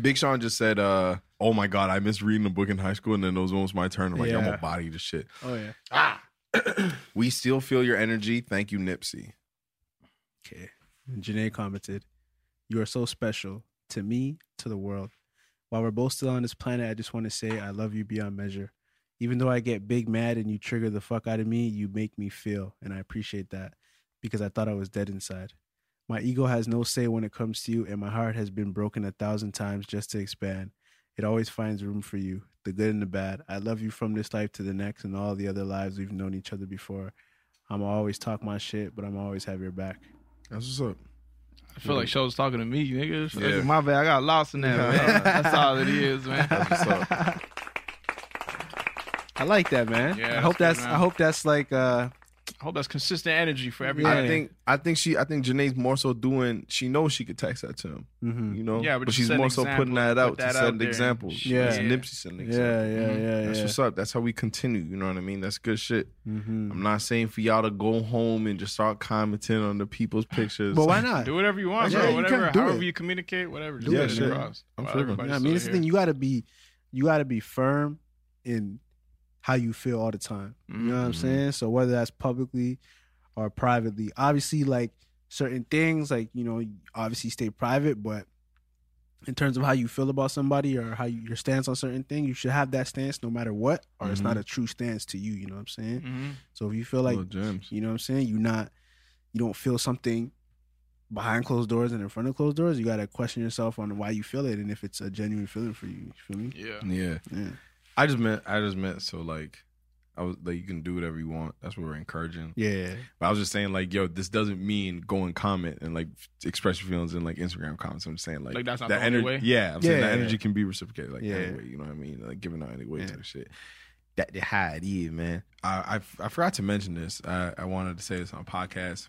Big Sean just said, uh, oh my god, I missed reading a book in high school and then it was almost my turn. I'm like, I'm
Yeah.
gonna body this shit.
Oh yeah.
Ah. <clears throat> We still feel your energy. Thank you, Nipsey.
Okay. And Janae commented, "You are so special to me, to the world. While we're both still on this planet, I just want to say I love you beyond measure. Even though I get big mad and you trigger the fuck out of me, you make me feel, and I appreciate that because I thought I was dead inside. My ego has no say when it comes to you, and my heart has been broken a thousand times just to expand. It always finds room for you, the good and the bad. I love you from this life to the next and all the other lives we've known each other before. I'm always talk my shit, but I'm always have your back.
That's what's up.
I feel like Show was talking to me, nigga. It's like,
Yeah.
My bad. I got lost in that. man. <laughs> That's all it is, man.
I like that, man.
Yeah,
I hope
that's
that's,
good, man.
I hope that's like uh
I hope that's consistent energy for everybody.
I think I think she I think Janae's more so doing she knows she could text that to him.
mhm.
You know?
Yeah,
but,
but just
she's
set an
more so
example,
putting that
put
out
that
to set
out
an
there.
example.
Yeah.
It's Nipsey setting an
Yeah,
example.
yeah, yeah,
Mm-hmm.
yeah.
That's what's up. That's how we continue. You know what I mean? That's good shit.
Mhm.
I'm not saying for y'all to go home and just start commenting on the people's pictures.
But why not?
Do whatever you want,
Yeah,
bro.
you
Whatever,
can do
however
it.
you communicate, whatever.
Yeah,
Just get
shit.
it across.
I'm
While
feeling it.
You
everybody's
know what I mean, it's the
still
thing.
here.
You gotta be, you gotta be firm in how you feel all the time. You know what I'm
Mm-hmm.
Mhm.
saying? So whether that's publicly or privately, obviously, like certain things, like you know, obviously stay private, but in terms of how you feel about somebody or how you, your stance on certain thing, you should have that stance no matter what, or it's
Mm-hmm.
not a true stance to you. You know what I'm saying?
Mhm.
So if you feel like
Little gems.
you know what I'm saying, you're not, you don't feel something behind closed doors and in front of closed doors, you gotta question yourself on why you feel it and if it's a genuine feeling for you. You feel me?
Yeah.
Yeah.
Yeah.
I just meant I just meant so like I was like you can do whatever you want. That's what we're encouraging.
Yeah.
But I was just saying like yo, this doesn't mean go and comment and like express your feelings in like Instagram comments. I'm saying like,
Like, that's not
that
the only
ener-
way?
Yeah, I'm saying
Yeah,
that
yeah,
energy can be reciprocated like
Yeah.
anyway. You know what I mean? Like giving out any way
Yeah.
type shit. That the high it is, man. I, I I forgot to mention this. I, I wanted to say this on a podcast.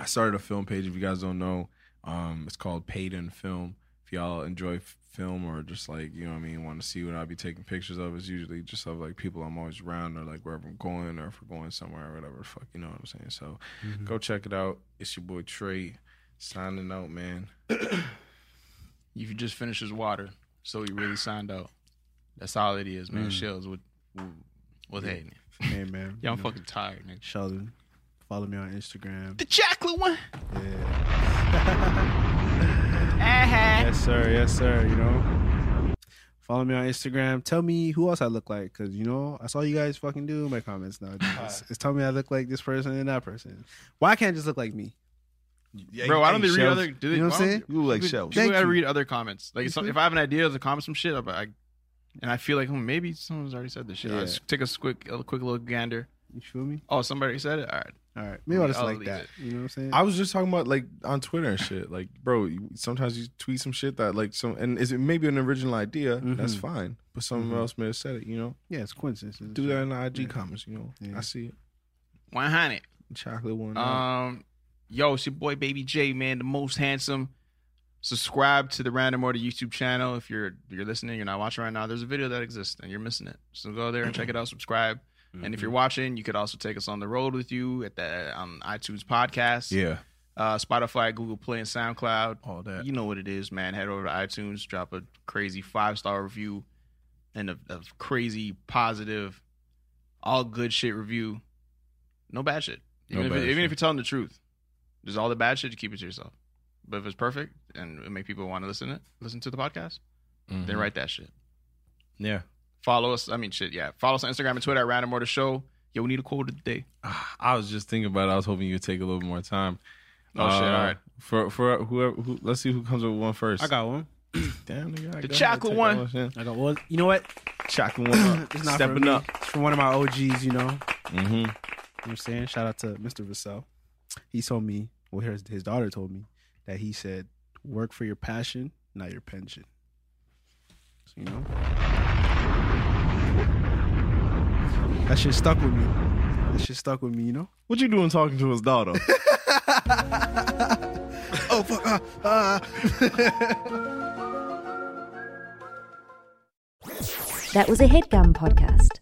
I started a film page. If you guys don't know, um, it's called Paid in Film. If y'all enjoy f- film or just like you know what I mean, want to see what I'll be taking pictures of, it's usually just of like people I'm always around or like wherever I'm going or if we're going somewhere or whatever. the Fuck, you know what I'm saying? So go check it out. It's your boy Trey signing out,
<clears throat>
man.
You just finished his water, so he really signed out. That's all it is,
Mm.
man. Shells with with hating.
Hey
<laughs>
man.
Yeah, I'm fucking tired, nigga.
Sheldon, follow me on Instagram.
The chocolate one.
Yes, sir. Yes, sir. You know, follow me on Instagram. Tell me who else I look like, because you know that's all you guys fucking do in my
<laughs>
comments now. It's, it's tell me I look like this person and that person. Why can't it just look like me?
Bro, why don't they read other? Do they,
You know
why
what I'm
don't-
saying?
You look like shells.
People
Thank
gotta
you. Mm-hmm.
read other comments. Like some, if I have an idea of the comments from shit, I, I and I feel like hmm, maybe someone's already said this shit. I'll
Yeah.
just take a quick, a quick little gander.
You feel me?
Oh, somebody said it. All right,
All right, maybe I'll just
I'll
like
leave
that.
it.
You know what I'm saying?
I was just talking about like on Twitter and shit. Like, bro, you, sometimes you tweet some shit that like some, and is it maybe an original idea? That's
Mhm.
fine, but someone
Mhm.
else may have said it. You know,
yeah, it's coincidence.
do that in the IG
Yeah.
comments. You know,
Yeah.
I see it.
one hundred.
Chocolate one. out.
Um, yo, it's your boy Baby J, man, the most handsome. Subscribe to the Random Order YouTube channel if you're you're listening, you're not watching right now. There's a video that exists and you're missing it, so go there and check it out. Subscribe, and if you're watching, you could also take us on the road with you at the on iTunes podcast,
yeah,
uh, Spotify, Google Play, and SoundCloud.
all that.
You know what it is, man. Head over to iTunes, drop a crazy five star review and a, a crazy positive, all good shit review. No bad shit.
No
Even, if,
bad
even
shit.
if you're telling the truth, just all the bad shit, you keep it to yourself. But if it's perfect and it make people want to listen to it, listen to the podcast,
Mm-hmm.
then write that shit.
Yeah.
Follow us. I mean, shit. Yeah. Follow us on Instagram and Twitter at Random Order Show. Yo, we need a quote of the day.
Ah, <sighs> I was just thinking about. it. I was hoping you'd take a little bit more time. Uh,
Oh, shit, all right.
For for whoever, who, let's see who comes up with one first.
I got one.
<clears throat> damn nigga. I
The
got- I
chocolate
take
one.
all this in.
I got one. You
<clears throat>
know what?
Chocolate one.
It's not
Stepping
for me.
up.
It's from one of my OGs. You know, you know
Mm-hmm.
what I'm saying? Shout out to Mr. Vassell. He told me. Well, his his daughter told me that he said, "Work for your passion, not your pension." So you know, that shit stuck with me. That shit stuck with me. You know.
What you doing talking to his daughter?
Oh fuck! Ah, ah.
That was a headgum podcast.